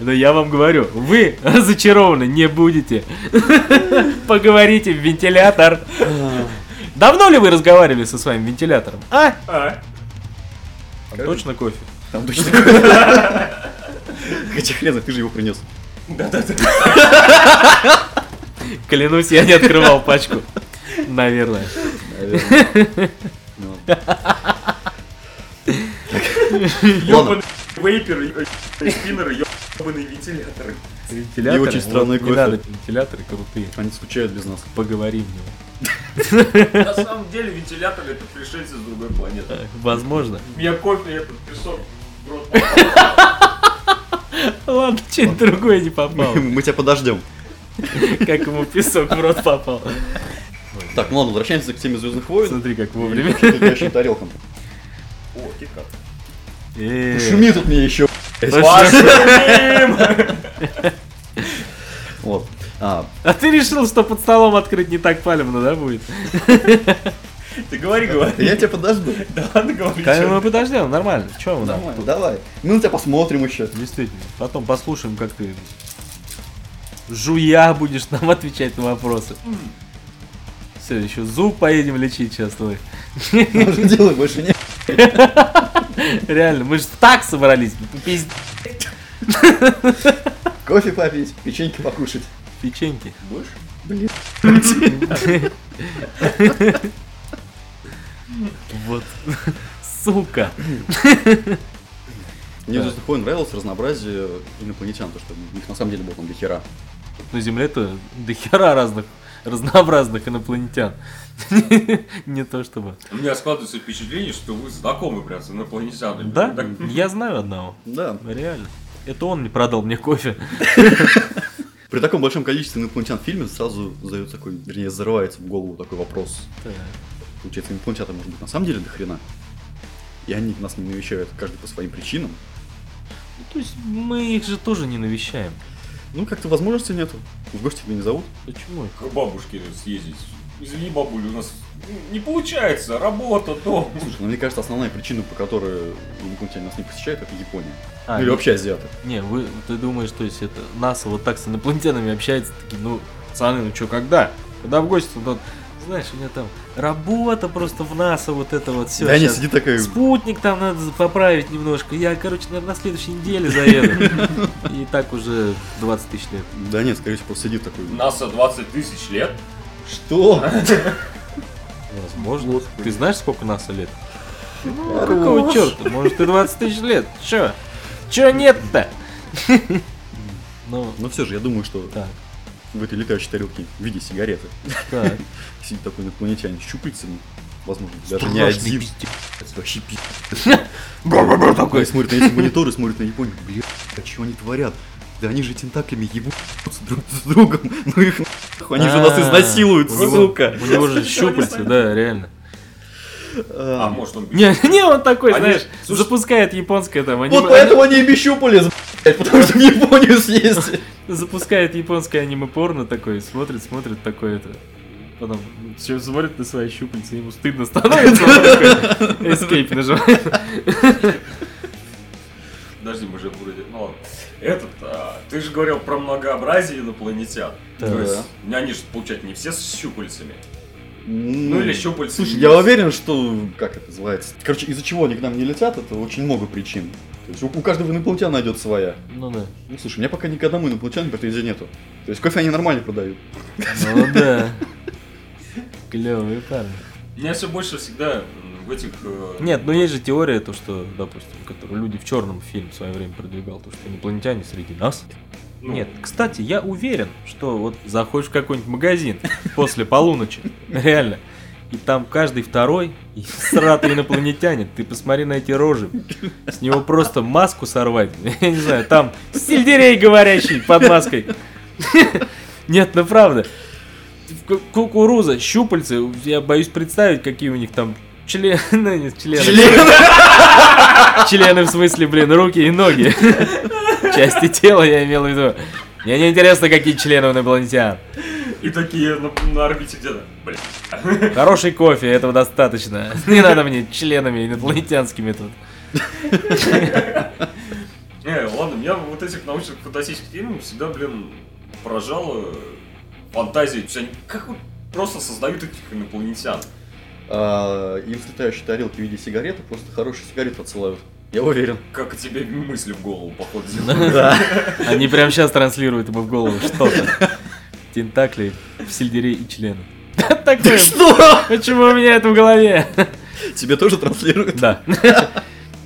[SPEAKER 3] Но я вам говорю, вы разочарованы не будете. Поговорите в вентилятор. Давно ли вы разговаривали со своим вентилятором? А?
[SPEAKER 2] А?
[SPEAKER 3] Там точно кофе?
[SPEAKER 1] Там точно такое. Хотя хрен, знает, ты же его принес.
[SPEAKER 3] Клянусь, я не открывал пачку. Наверное.
[SPEAKER 1] Наверное. Ну, Ладно.
[SPEAKER 2] Ёбаный вейпер, ёбаный спиннер, ёбаный вентилятор.
[SPEAKER 3] Вентиляторы.
[SPEAKER 1] И очень странный
[SPEAKER 3] вот
[SPEAKER 1] кофе.
[SPEAKER 3] Не надо, вентиляторы крутые.
[SPEAKER 1] Они скучают без нас.
[SPEAKER 3] Поговорим в
[SPEAKER 2] На самом деле вентилятор это пришельцы с другой планеты.
[SPEAKER 3] него. Э, Возможно.
[SPEAKER 2] У меня кофе, этот песок в рот.
[SPEAKER 3] Ладно, что-нибудь другое не попало.
[SPEAKER 1] Мы тебя подождем.
[SPEAKER 3] Как ему песок в рот попал.
[SPEAKER 1] Так, ну ладно, возвращаемся к теме Звездных войн.
[SPEAKER 3] Смотри, как
[SPEAKER 1] И
[SPEAKER 3] вовремя.
[SPEAKER 1] к летающим тарелкам.
[SPEAKER 2] О, кикап.
[SPEAKER 3] Э,
[SPEAKER 1] Шуми тут мне еще.
[SPEAKER 2] Пошумим!
[SPEAKER 1] Вот. А,
[SPEAKER 3] А ты решил, что под столом открыть не так палевно, да, будет?
[SPEAKER 2] Ты говори, говори.
[SPEAKER 1] Я тебя подожду.
[SPEAKER 2] Да ладно, говори.
[SPEAKER 3] Конечно, мы
[SPEAKER 2] чё.
[SPEAKER 3] подождем, нормально. Че мы нам
[SPEAKER 1] Нормально,
[SPEAKER 3] тут?
[SPEAKER 1] давай. Мы на тебя посмотрим еще.
[SPEAKER 3] Действительно. Потом послушаем, как ты жуя будешь нам отвечать на вопросы. Все, еще зуб поедем лечить сейчас твой.
[SPEAKER 1] Дела больше нет.
[SPEAKER 3] Реально, мы же так собрались. Пиздец.
[SPEAKER 1] Кофе попить, печеньки покушать.
[SPEAKER 3] Печеньки.
[SPEAKER 2] Будешь?
[SPEAKER 3] Вот. Сука.
[SPEAKER 1] Мне
[SPEAKER 3] Да.
[SPEAKER 1] в Звездных войн нравилось разнообразие инопланетян, то что у них на самом деле было там до хера.
[SPEAKER 3] На Земле-то до хера разных, разнообразных инопланетян. Не то чтобы.
[SPEAKER 2] У меня складывается впечатление, что вы знакомы прям с инопланетянами.
[SPEAKER 3] Да?
[SPEAKER 2] Так,
[SPEAKER 3] Я знаю одного.
[SPEAKER 1] Да.
[SPEAKER 3] Реально. Это он не продал мне кофе.
[SPEAKER 1] При таком большом количестве инопланетян в фильме сразу задается такой, вернее, зарывается в голову такой вопрос. Получается, инопланетян может быть на самом деле до хрена. И они нас не навещают каждый по своим причинам.
[SPEAKER 3] Ну, То есть мы их же тоже не навещаем.
[SPEAKER 1] Ну, как-то возможности нету. В гости тебя не зовут.
[SPEAKER 3] Почему?
[SPEAKER 2] К бабушке съездить. Извини, бабуль, у нас не получается, работа, дом.
[SPEAKER 1] Но ну, мне кажется, основная причина, по которой инопланетяне нас не посещают, это Япония.
[SPEAKER 3] А,
[SPEAKER 1] ну, или вообще азиаты.
[SPEAKER 3] Не, вы, ты думаешь, то есть это НАСА вот так с инопланетянами общается, такие, ну, пацаны, ну чё, когда? Когда в гости туда? Знаешь, у меня там работа просто в НАСА, вот это вот все.
[SPEAKER 1] да, они сидят такая...
[SPEAKER 3] Спутник там надо поправить немножко. Я, короче, наверное, на следующей неделе заеду. И так уже 20 тысяч лет.
[SPEAKER 1] Да нет, скорее всего, просто сидит такой...
[SPEAKER 2] НАСА 20 тысяч лет.
[SPEAKER 1] Что?
[SPEAKER 3] Возможно. Ты знаешь, сколько нас лет? Ну, какого черта? Может, и 20 тысяч лет? Чё? Чё нет-то? Ну,
[SPEAKER 1] Но все же, я думаю, что
[SPEAKER 3] так,
[SPEAKER 1] в этой летающей тарелке в виде сигареты
[SPEAKER 3] так.
[SPEAKER 1] сидит такой инопланетянин с щупальцами, возможно, даже не
[SPEAKER 3] Страшный
[SPEAKER 1] один.
[SPEAKER 3] пиздец.
[SPEAKER 1] Это Вообще пи***. такой. смотрит на эти мониторы, смотрит на Японию. Бля, а чего они творят? Да они же тентаклями ебутся друг с другом. Ну их нахуй, они же нас
[SPEAKER 3] А,
[SPEAKER 1] изнасилуют,
[SPEAKER 3] у него-
[SPEAKER 1] сука.
[SPEAKER 3] У него же щупальца, да, реально.
[SPEAKER 2] А,
[SPEAKER 1] А,
[SPEAKER 2] может он...
[SPEAKER 3] Не, не, он такой,
[SPEAKER 2] Они-
[SPEAKER 3] знаешь,
[SPEAKER 2] слушай-
[SPEAKER 3] запускает японское там аниме.
[SPEAKER 1] Вот поэтому они и без щупалец, блядь, потому что в Японию съездили.
[SPEAKER 3] Запускает японское аниме-порно такой, смотрит, смотрит такое это. Потом все смотрит на свои щупальца, ему стыдно становится. он такой Escape нажимает.
[SPEAKER 2] Подожди, обсудим уже вроде. Но Ну этот, а, ты же говорил про многообразие инопланетян.
[SPEAKER 1] Да.
[SPEAKER 2] То есть, ну, они же, получается, не все с щупальцами.
[SPEAKER 1] Ну
[SPEAKER 2] Ну или щупальцы.
[SPEAKER 1] Слушай, я уверен, что, как это называется, короче, из-за чего они к нам не летят, это очень много причин. То есть у, у каждого инопланетяна найдет своя.
[SPEAKER 3] Ну да.
[SPEAKER 1] Ну слушай, у меня пока ни к одному инопланетяну претензий нету. То есть кофе они нормально продают.
[SPEAKER 3] Ну да. Клевые парни.
[SPEAKER 2] Меня все больше всегда м, в этих... э,
[SPEAKER 3] Нет, ну есть же теория, то что, допустим, которую люди в черном фильм в свое время продвигал, то что инопланетяне среди нас.
[SPEAKER 2] ну,
[SPEAKER 3] Нет, кстати, я уверен, что вот заходишь в какой-нибудь магазин после полуночи, реально, и там каждый второй и сратый инопланетянин, ты посмотри на эти рожи, с него просто маску сорвать, я не знаю, там сельдерей говорящий под маской. Нет, ну правда, Ку- кукуруза, щупальцы, я боюсь представить, какие у них там члены, ну, не члены, Члены в смысле, блин, руки и ноги. Части тела я имел в виду. Мне не интересно, какие члены у инопланетян.
[SPEAKER 2] И такие на, на орбите где-то. Блин.
[SPEAKER 3] Хороший кофе, этого достаточно. Не надо мне членами инопланетянскими тут.
[SPEAKER 2] Не, ладно, меня вот этих научных фантастических фильмов всегда, блин, поражала фантазия. То есть они как вот просто создают этих инопланетян.
[SPEAKER 1] А, им в летающей тарелке в виде сигареты просто хорошие сигареты отсылают. Я уверен.
[SPEAKER 2] Как тебе мысли в голову, походу, делают.
[SPEAKER 3] Да. Они прямо сейчас транслируют ему в голову что-то. Тентакли, сельдерей и члены. Да, Такое.
[SPEAKER 1] Что?
[SPEAKER 3] Почему у меня это в голове?
[SPEAKER 1] Тебе тоже транслируют?
[SPEAKER 3] Да.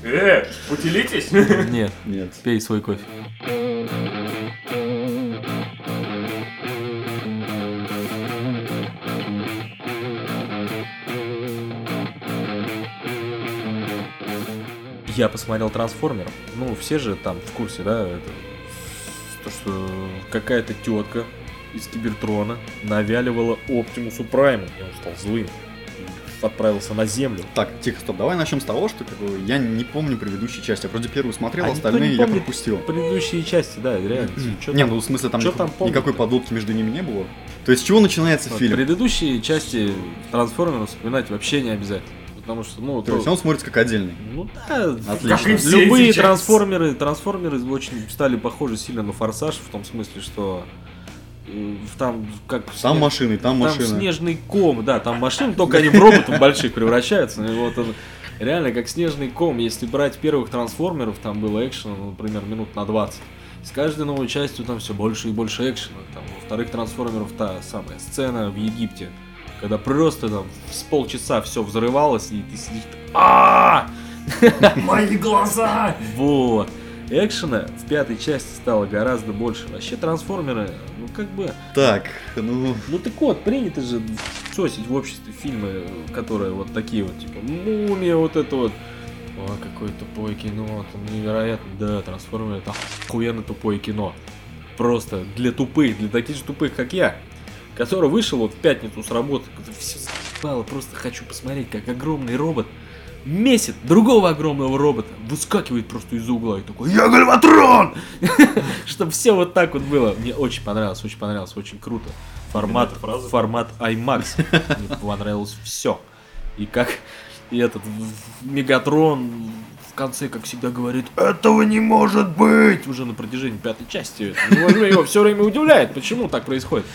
[SPEAKER 2] Э, поделитесь!
[SPEAKER 3] Нет,
[SPEAKER 1] Нет.
[SPEAKER 3] пей свой кофе. Я посмотрел Трансформеров. Ну, все же там в курсе, да, это, то, что какая-то тетка из Кибертрона навяливала Оптимусу Прайму. И он стал злым. И Отправился на Землю.
[SPEAKER 1] Так, тихо, стоп, давай начнем с того, что как бы, я не помню предыдущую часть. Я вроде первую смотрел,
[SPEAKER 3] А никто не
[SPEAKER 1] остальные я
[SPEAKER 3] помнит.
[SPEAKER 1] пропустил.
[SPEAKER 3] Предыдущие части, да, реально. чё
[SPEAKER 1] Не,
[SPEAKER 3] там
[SPEAKER 1] ну в смысле там,
[SPEAKER 3] Чё
[SPEAKER 1] никак-
[SPEAKER 3] там помнить-то? А,
[SPEAKER 1] никакой подлодки между ними не было. То есть с чего начинается
[SPEAKER 3] Вот
[SPEAKER 1] фильм?
[SPEAKER 3] Предыдущие части трансформеров вспоминать вообще не обязательно. Потому что, ну,
[SPEAKER 1] То есть
[SPEAKER 3] то-
[SPEAKER 1] он смотрится как отдельный.
[SPEAKER 3] ну да,
[SPEAKER 1] Отлично.
[SPEAKER 3] как
[SPEAKER 1] и
[SPEAKER 2] все
[SPEAKER 3] любые
[SPEAKER 2] эти части.
[SPEAKER 3] трансформеры, трансформеры очень стали похожи сильно на форсаж, в том смысле, что э, там как
[SPEAKER 1] Там
[SPEAKER 3] снег-
[SPEAKER 1] машины, там,
[SPEAKER 3] там
[SPEAKER 1] машины.
[SPEAKER 3] снежный ком, да, там машины, только они в роботов больших превращаются. ну и вот он реально как снежный ком. Если брать первых трансформеров, там было экшена, ну, например, минут на 20. С каждой новой частью там все больше и больше экшена. Там, во вторых трансформеров та самая сцена в Египте, когда просто там с полчаса все взрывалось, и ты сидишь а
[SPEAKER 2] Мои глаза!
[SPEAKER 3] Вот. Экшена в пятой части стало гораздо больше. Вообще трансформеры, ну как бы,
[SPEAKER 1] Так, ну...
[SPEAKER 3] ну так вот, принято же сосить в обществе фильмы, которые вот такие вот, типа «Мумия», вот это вот. О, какое тупое кино, там невероятно. Да, «Трансформеры» — это охуенно тупое кино. Просто для тупых, для таких же тупых, как я, который вышел вот в пятницу с работы, все заебало, просто хочу посмотреть, как огромный робот месяц другого огромного робота выскакивает просто из угла и такой «Я Гальватрон!» Чтобы все вот так вот было. Мне очень понравилось, очень понравилось, очень круто. Формат,
[SPEAKER 2] Именно эта фраза.
[SPEAKER 3] формат IMAX. Мне понравилось все. И как и этот в- в- Мегатрон в конце, как всегда, говорит «Этого не может быть!» Уже на протяжении пятой части. Его, его все время удивляет, почему так происходит.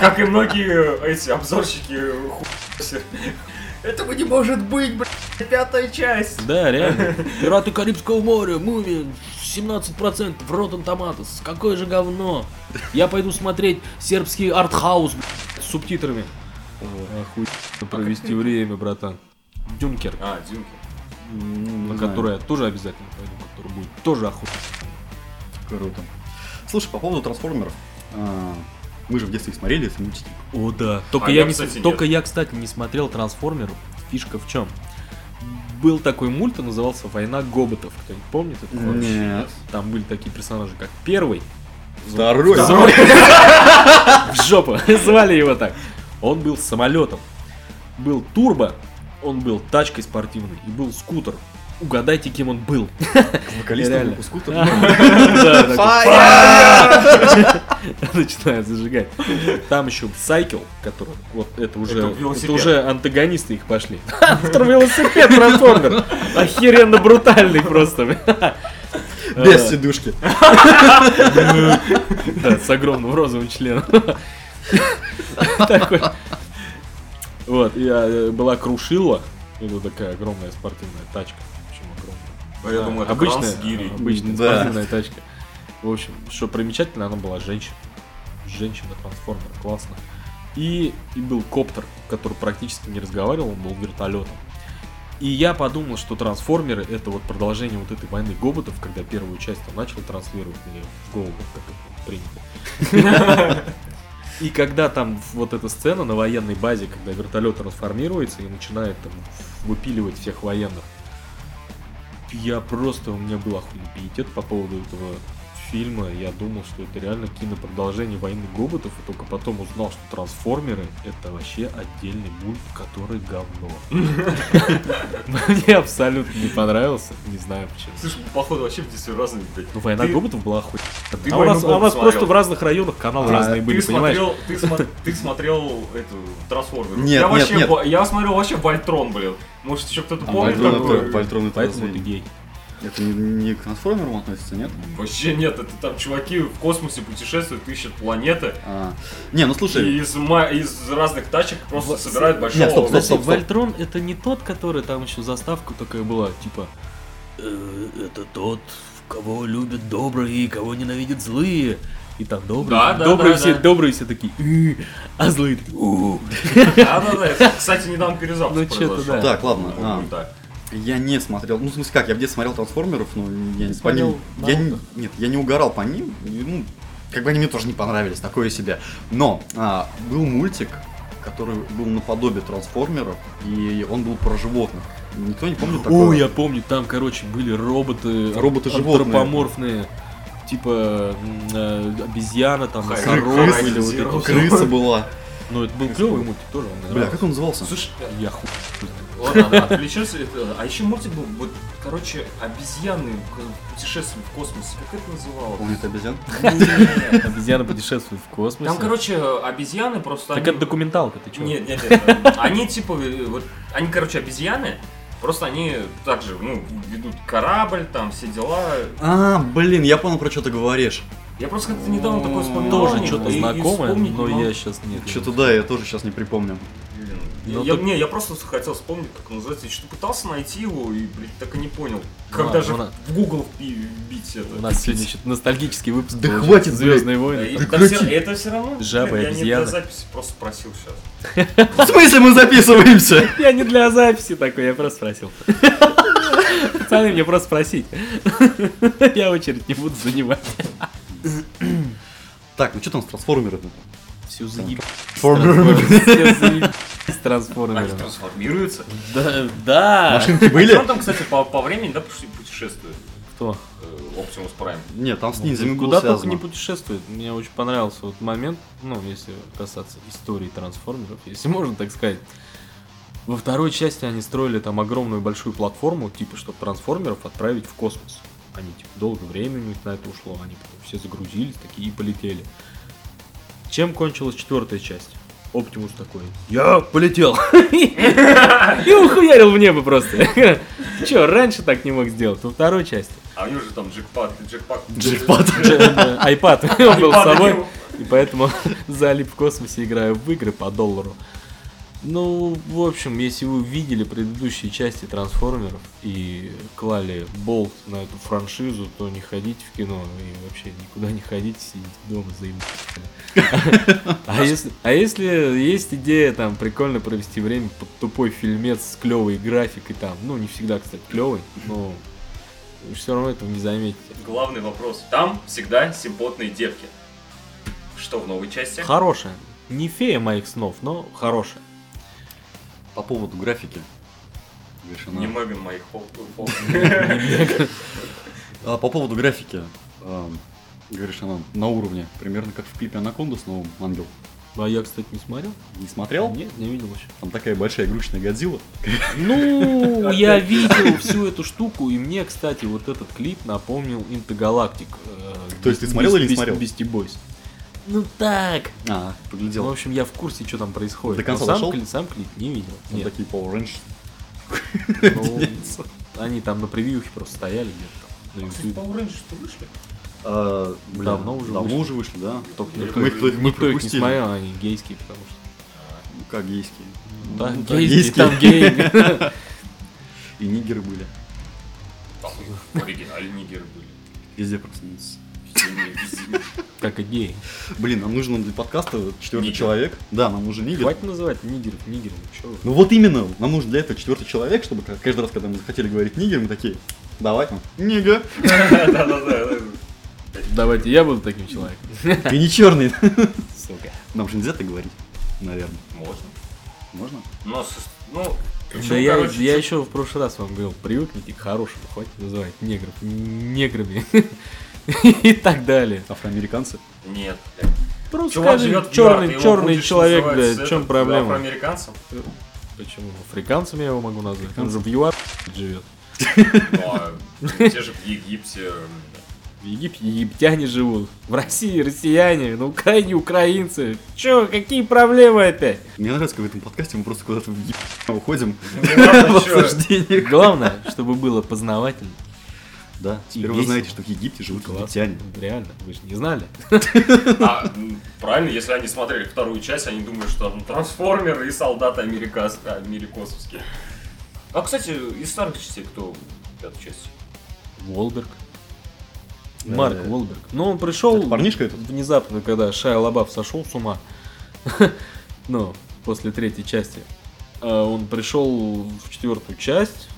[SPEAKER 2] Как и многие эти обзорщики э, ху**ся. Этого не может быть, блядь, пятая часть!
[SPEAKER 3] Да, реально. Пираты Карибского моря, муви, 17% в Rotten Tomatoes. Какое же говно. Я пойду смотреть сербский артхаус блядь, с субтитрами. Охуенно провести время, братан. Дюнкер,
[SPEAKER 2] А, Дюнки.
[SPEAKER 1] м,
[SPEAKER 3] Ну, на
[SPEAKER 1] не
[SPEAKER 3] который я тоже обязательно пойду, который будет тоже охуенно.
[SPEAKER 1] знаю. Круто. Слушай, по поводу трансформеров. а, Мы же в детстве их смотрели, эти мультики.
[SPEAKER 3] О, да. Только,
[SPEAKER 2] А
[SPEAKER 3] я,
[SPEAKER 2] я,
[SPEAKER 3] не,
[SPEAKER 2] кстати, нет.
[SPEAKER 3] только я, кстати, не смотрел трансформеров. Фишка в чем? Был такой мульт, он назывался «Война гоботов». Кто-нибудь помнит это?
[SPEAKER 1] Нет.
[SPEAKER 3] Там были такие персонажи, как первый,
[SPEAKER 1] Второй.
[SPEAKER 3] Второй. В жопу. Звали его так. Он был самолетом. Был турбо, он был тачкой спортивной и был скутер. Угадайте, кем он был.
[SPEAKER 1] Вокалистом
[SPEAKER 3] Реально.
[SPEAKER 1] группы Скутер.
[SPEAKER 3] Да, такой, «Фа!» Начинает зажигать. Там еще Сайкл, который вот это уже
[SPEAKER 2] Это
[SPEAKER 3] это,
[SPEAKER 2] велосипед.
[SPEAKER 3] уже антагонисты их пошли. Автор велосипед трансформер. Охеренно брутальный просто.
[SPEAKER 1] Без сидушки.
[SPEAKER 3] Да, с огромным розовым членом. Такой. Вот, и, э, была крушила. Это такая огромная спортивная тачка. Почему огромная?
[SPEAKER 2] Ну, Я думаю, это
[SPEAKER 3] обычная,
[SPEAKER 2] Кранс Гири.
[SPEAKER 3] обычная
[SPEAKER 1] Да.
[SPEAKER 3] спортивная тачка. В общем, что примечательно, она была женщина. Женщина-трансформер, классно. И, и был коптер, который практически не разговаривал, он был вертолетом. И я подумал, что трансформеры это вот продолжение вот этой войны гоботов, когда первую часть он начал транслировать или гоботов, как это принято. И когда там вот эта сцена на военной базе, когда вертолет трансформируется и начинает там выпиливать всех военных, я просто, у меня был охуенный по поводу этого фильма. Я думал, что это реально кинопродолжение войны гоботов, и только потом узнал, что трансформеры это вообще отдельный мульт, который говно. Мне абсолютно не понравился, не знаю почему.
[SPEAKER 2] Слушай, мы, походу вообще в детстве разные, блядь.
[SPEAKER 3] Ну, война
[SPEAKER 2] Ты-
[SPEAKER 3] гоботов была охуенная.
[SPEAKER 2] ты
[SPEAKER 3] А у нас, а у
[SPEAKER 2] «Войну
[SPEAKER 3] нас
[SPEAKER 2] гоботов»
[SPEAKER 3] просто
[SPEAKER 2] смотрел?
[SPEAKER 3] в разных районах каналы
[SPEAKER 1] А,
[SPEAKER 3] разные были,
[SPEAKER 2] Ты
[SPEAKER 3] понимаешь?
[SPEAKER 2] смотрел, ты, смо- ты смотрел эту трансформер.
[SPEAKER 1] Нет,
[SPEAKER 2] я
[SPEAKER 1] нет,
[SPEAKER 2] вообще,
[SPEAKER 1] нет.
[SPEAKER 2] во- я смотрел вообще Вольтрон, блин. Может еще кто-то
[SPEAKER 1] А
[SPEAKER 2] помнит
[SPEAKER 1] Вольтрон
[SPEAKER 2] такой?
[SPEAKER 1] это- Вольтрон это
[SPEAKER 3] Поэтому
[SPEAKER 1] разве-
[SPEAKER 3] ты гей.
[SPEAKER 1] Это не, не к трансформерам относится, нет?
[SPEAKER 2] Вообще нет, это там чуваки в космосе путешествуют, ищут планеты.
[SPEAKER 1] А, Не, ну
[SPEAKER 2] И
[SPEAKER 1] слушай,
[SPEAKER 2] из, ма- из разных тачек просто
[SPEAKER 3] Вот.
[SPEAKER 2] собирают большого...
[SPEAKER 1] Нет, стоп, стоп,
[SPEAKER 3] Подожди,
[SPEAKER 2] Типа,
[SPEAKER 1] стоп, стоп.
[SPEAKER 3] Вольтрон это не тот, который там еще заставка такая была, типа «Э, это тот, кого любят добрые, кого ненавидят злые. И там добрые,
[SPEAKER 2] Да, да,
[SPEAKER 3] добрые
[SPEAKER 2] да,
[SPEAKER 3] все,
[SPEAKER 2] да.
[SPEAKER 3] добрые все такие, «Э», а злые такие, «У».
[SPEAKER 2] Да-да-да, это, кстати, недавно перезапуск
[SPEAKER 3] Ну, чё-то
[SPEAKER 2] произошёл.
[SPEAKER 3] да.
[SPEAKER 1] Так, ладно,
[SPEAKER 2] Ну,
[SPEAKER 1] а.
[SPEAKER 2] вот так.
[SPEAKER 1] я не смотрел. Ну, в смысле как, я в детстве смотрел трансформеров, но я не по
[SPEAKER 3] смотрел
[SPEAKER 1] ним. Я не-
[SPEAKER 3] Наруто?
[SPEAKER 1] нет, я не угорал по ним. и, Ну, как бы они мне тоже не понравились, такое себе. Но а, был мультик, который был наподобие трансформеров, и он был про животных. Никто не помнит такого.
[SPEAKER 3] О, я помню, там, короче, были роботы,
[SPEAKER 1] Роботы-животные.
[SPEAKER 3] антропоморфные, типа м, э, обезьяна, там,
[SPEAKER 2] Хай-
[SPEAKER 3] носорог
[SPEAKER 1] крысы
[SPEAKER 3] или вот
[SPEAKER 2] зеро.
[SPEAKER 3] эти.
[SPEAKER 1] Крыса была.
[SPEAKER 3] Ну, это был клевый мультик тоже, он мне
[SPEAKER 1] Бля,
[SPEAKER 3] нравился.
[SPEAKER 1] как он назывался?
[SPEAKER 2] Слушай,
[SPEAKER 3] Я хуй.
[SPEAKER 2] Ладно, ладно, отвлечемся. Это- А еще мультик был, вот, короче, обезьяны к- путешествуют в космосе. Как это называлось?
[SPEAKER 1] Планета обезьян?
[SPEAKER 2] Не-не-не.
[SPEAKER 3] Обезьяна путешествует в космосе.
[SPEAKER 2] Там, короче, обезьяны просто...
[SPEAKER 3] так
[SPEAKER 2] они-
[SPEAKER 3] это документалка, ты че?
[SPEAKER 2] Нет, нет, нет. Они типа, э, вот, они, короче, обезьяны. Просто они также, ну, ведут корабль, там, все дела.
[SPEAKER 1] А, блин, я понял, про что ты говоришь.
[SPEAKER 2] Я просто как-то недавно такое вспоминал.
[SPEAKER 3] тоже
[SPEAKER 2] и-
[SPEAKER 3] что-то
[SPEAKER 2] и- и
[SPEAKER 3] знакомое,
[SPEAKER 2] вспомнить не
[SPEAKER 3] но
[SPEAKER 2] могу.
[SPEAKER 3] я сейчас нет.
[SPEAKER 1] Что-то да, я тоже сейчас не припомню.
[SPEAKER 2] Блин,
[SPEAKER 3] Ну,
[SPEAKER 2] я,
[SPEAKER 3] ты-
[SPEAKER 2] Не, я просто хотел вспомнить, как он называется. Я что-то пытался найти его и, блин, так и не понял. Как
[SPEAKER 3] ладно, ну,
[SPEAKER 2] даже
[SPEAKER 3] у нас-
[SPEAKER 2] в Google впи- вбить это.
[SPEAKER 3] У нас сегодня что-то ностальгический выпуск.
[SPEAKER 1] Да
[SPEAKER 3] получился.
[SPEAKER 1] хватит,
[SPEAKER 3] Звездные
[SPEAKER 2] Да,
[SPEAKER 3] войны.
[SPEAKER 2] и-
[SPEAKER 3] там.
[SPEAKER 2] да
[SPEAKER 1] Прекрати.
[SPEAKER 2] всё- это все равно.
[SPEAKER 3] Жабы,
[SPEAKER 2] блин, Я не
[SPEAKER 3] обезьяны.
[SPEAKER 2] для записи просто просил сейчас.
[SPEAKER 1] В смысле мы записываемся?
[SPEAKER 3] Я не для записи такой, я просто спросил. Пацаны, мне просто спросить. Я очередь не буду занимать.
[SPEAKER 1] Так, ну что там с трансформерами?
[SPEAKER 3] Все заебись.
[SPEAKER 1] Трансформеры.
[SPEAKER 3] Все заебись с
[SPEAKER 2] Они
[SPEAKER 3] трансформерами.
[SPEAKER 2] трансформируются.
[SPEAKER 3] Да, да.
[SPEAKER 1] Машинки
[SPEAKER 2] Или...
[SPEAKER 1] были?
[SPEAKER 2] Он там, кстати, по, по времени, да, пусть- путешествует.
[SPEAKER 3] Кто?
[SPEAKER 2] э, Optimus Prime.
[SPEAKER 1] Нет, там с ниндзями было
[SPEAKER 3] Ну, Куда только
[SPEAKER 1] связано.
[SPEAKER 3] не путешествует. Мне очень понравился вот момент, ну, если касаться истории трансформеров, если можно так сказать. Во второй части они строили там огромную большую платформу, типа, чтобы трансформеров отправить в космос. Они, типа, долго времени у них на это ушло, они потом все загрузились такие и полетели. Чем кончилась четвертая часть? Оптимус такой, я полетел. И ухуярил в небо просто. Че, раньше так не мог сделать, во второй части.
[SPEAKER 2] А у него же там джекпад, джекпак.
[SPEAKER 1] Джекпад.
[SPEAKER 3] Айпад он был с
[SPEAKER 2] Айпад
[SPEAKER 3] собой,
[SPEAKER 2] его.
[SPEAKER 3] и поэтому залип в космосе, играю в игры по доллару. Ну, в общем, если вы видели предыдущие части трансформеров и клали болт на эту франшизу, то не ходите в кино и вообще никуда не ходите, сидите дома заебали. А если, а если есть идея там прикольно провести время под тупой фильмец с клевой графикой там, ну не всегда, кстати, клевый, но все равно этого не заметите.
[SPEAKER 2] Главный вопрос. Там всегда симпотные девки. Что в новой части?
[SPEAKER 3] Хорошая. Не фея моих снов, но хорошая.
[SPEAKER 1] По поводу графики. Вершина.
[SPEAKER 2] Не Меган моих Хол- Хол-
[SPEAKER 1] А, по поводу графики. эм, Говоришь, она на уровне, примерно как в клипе Анаконда с новым Ангел.
[SPEAKER 3] А я, кстати, не смотрел. А
[SPEAKER 1] Не смотрел?
[SPEAKER 3] Нет, не видел еще.
[SPEAKER 1] Там такая большая игрушечная Годзилла.
[SPEAKER 3] Ну, я видел всю эту штуку, и мне, кстати, вот этот клип напомнил э, Интогалактик.
[SPEAKER 1] То есть ты смотрел или не смотрел?
[SPEAKER 3] Бести Бойс. Ну так.
[SPEAKER 1] А,
[SPEAKER 3] В
[SPEAKER 1] поглядел.
[SPEAKER 3] общем, я в курсе, что там происходит.
[SPEAKER 1] До конца
[SPEAKER 3] Но сам,
[SPEAKER 1] дошел?
[SPEAKER 3] кли- сам клип не видел.
[SPEAKER 1] Там
[SPEAKER 3] Нет.
[SPEAKER 1] такие Power Rangers.
[SPEAKER 3] Ну, Они там на превьюхе просто стояли где-то. на
[SPEAKER 2] Кстати,
[SPEAKER 3] YouTube.
[SPEAKER 2] Power Rangers-то вышли?
[SPEAKER 1] А, блин,
[SPEAKER 3] Давно уже
[SPEAKER 1] давно
[SPEAKER 3] вышли.
[SPEAKER 1] уже вышли, да? Только
[SPEAKER 2] Никто-
[SPEAKER 1] мы их вроде
[SPEAKER 3] Никто их не
[SPEAKER 1] пропустили.
[SPEAKER 3] смотрел, они гейские, потому что...
[SPEAKER 1] Ну, Как гейские.
[SPEAKER 3] Да,
[SPEAKER 1] Ну,
[SPEAKER 3] гейские, там гей.
[SPEAKER 1] И нигеры были.
[SPEAKER 2] Там и в оригинале нигеры были.
[SPEAKER 1] Везде проснутся.
[SPEAKER 2] Везде, везде.
[SPEAKER 3] Как и гей.
[SPEAKER 1] Блин, нам нужен для подкаста четвертый
[SPEAKER 2] Нигер.
[SPEAKER 1] человек. Да, нам нужен нигер.
[SPEAKER 3] Хватит называть нигеров нигерами, чё вы.
[SPEAKER 1] Ну вот именно, нам нужен для этого четвертый человек, чтобы как- каждый раз, когда мы захотели говорить нигер, мы такие, давай, ну, нига,
[SPEAKER 2] Да-да-да.
[SPEAKER 3] Давайте я буду таким человеком.
[SPEAKER 1] ты не черный.
[SPEAKER 3] Сука.
[SPEAKER 1] Нам же нельзя так говорить, наверное.
[SPEAKER 2] Можно.
[SPEAKER 1] Можно?
[SPEAKER 2] Но, с- ну,
[SPEAKER 3] Да
[SPEAKER 2] причём,
[SPEAKER 3] я,
[SPEAKER 2] короче,
[SPEAKER 3] я еще в прошлый раз вам говорил, привыкните к хорошему, хватит называть негров неграми и так далее.
[SPEAKER 1] Афроамериканцы.
[SPEAKER 2] Нет.
[SPEAKER 3] Просто
[SPEAKER 2] Чувак
[SPEAKER 3] Ну, скажи,
[SPEAKER 2] живет
[SPEAKER 3] черный, черный человек, блядь, в чем проблема?
[SPEAKER 2] Афроамериканцем?
[SPEAKER 3] Почему? Африканцем я его могу назвать. Он же в ЮАР живет.
[SPEAKER 2] Ну, а те же в Египте... м,
[SPEAKER 3] В Египте египтяне живут. В России россияне, на Украине украинцы. Че, какие проблемы опять?
[SPEAKER 1] Мне нравится, как в этом подкасте мы просто куда-то в еб- уходим
[SPEAKER 2] ну, ладно,
[SPEAKER 1] в
[SPEAKER 2] чё.
[SPEAKER 1] обсуждениях.
[SPEAKER 3] Главное, чтобы было познавательно.
[SPEAKER 1] Да, теперь вы
[SPEAKER 3] весело.
[SPEAKER 1] знаете, что в Египте живут египтяне.
[SPEAKER 3] Реально, вы же не знали.
[SPEAKER 2] А, м, правильно, если они смотрели вторую часть, они думают, что там трансформеры и солдаты америкас- америкосовские. А, кстати, из старых частей кто пятую часть?
[SPEAKER 3] Волберг.
[SPEAKER 1] Да,
[SPEAKER 3] Марк
[SPEAKER 1] да.
[SPEAKER 3] Волберг. Ну, он пришел
[SPEAKER 1] Это парнишка этот?
[SPEAKER 3] внезапно, когда Шая Лабаф сошел с ума. Ну, после третьей части. А, Он пришел в четвертую часть.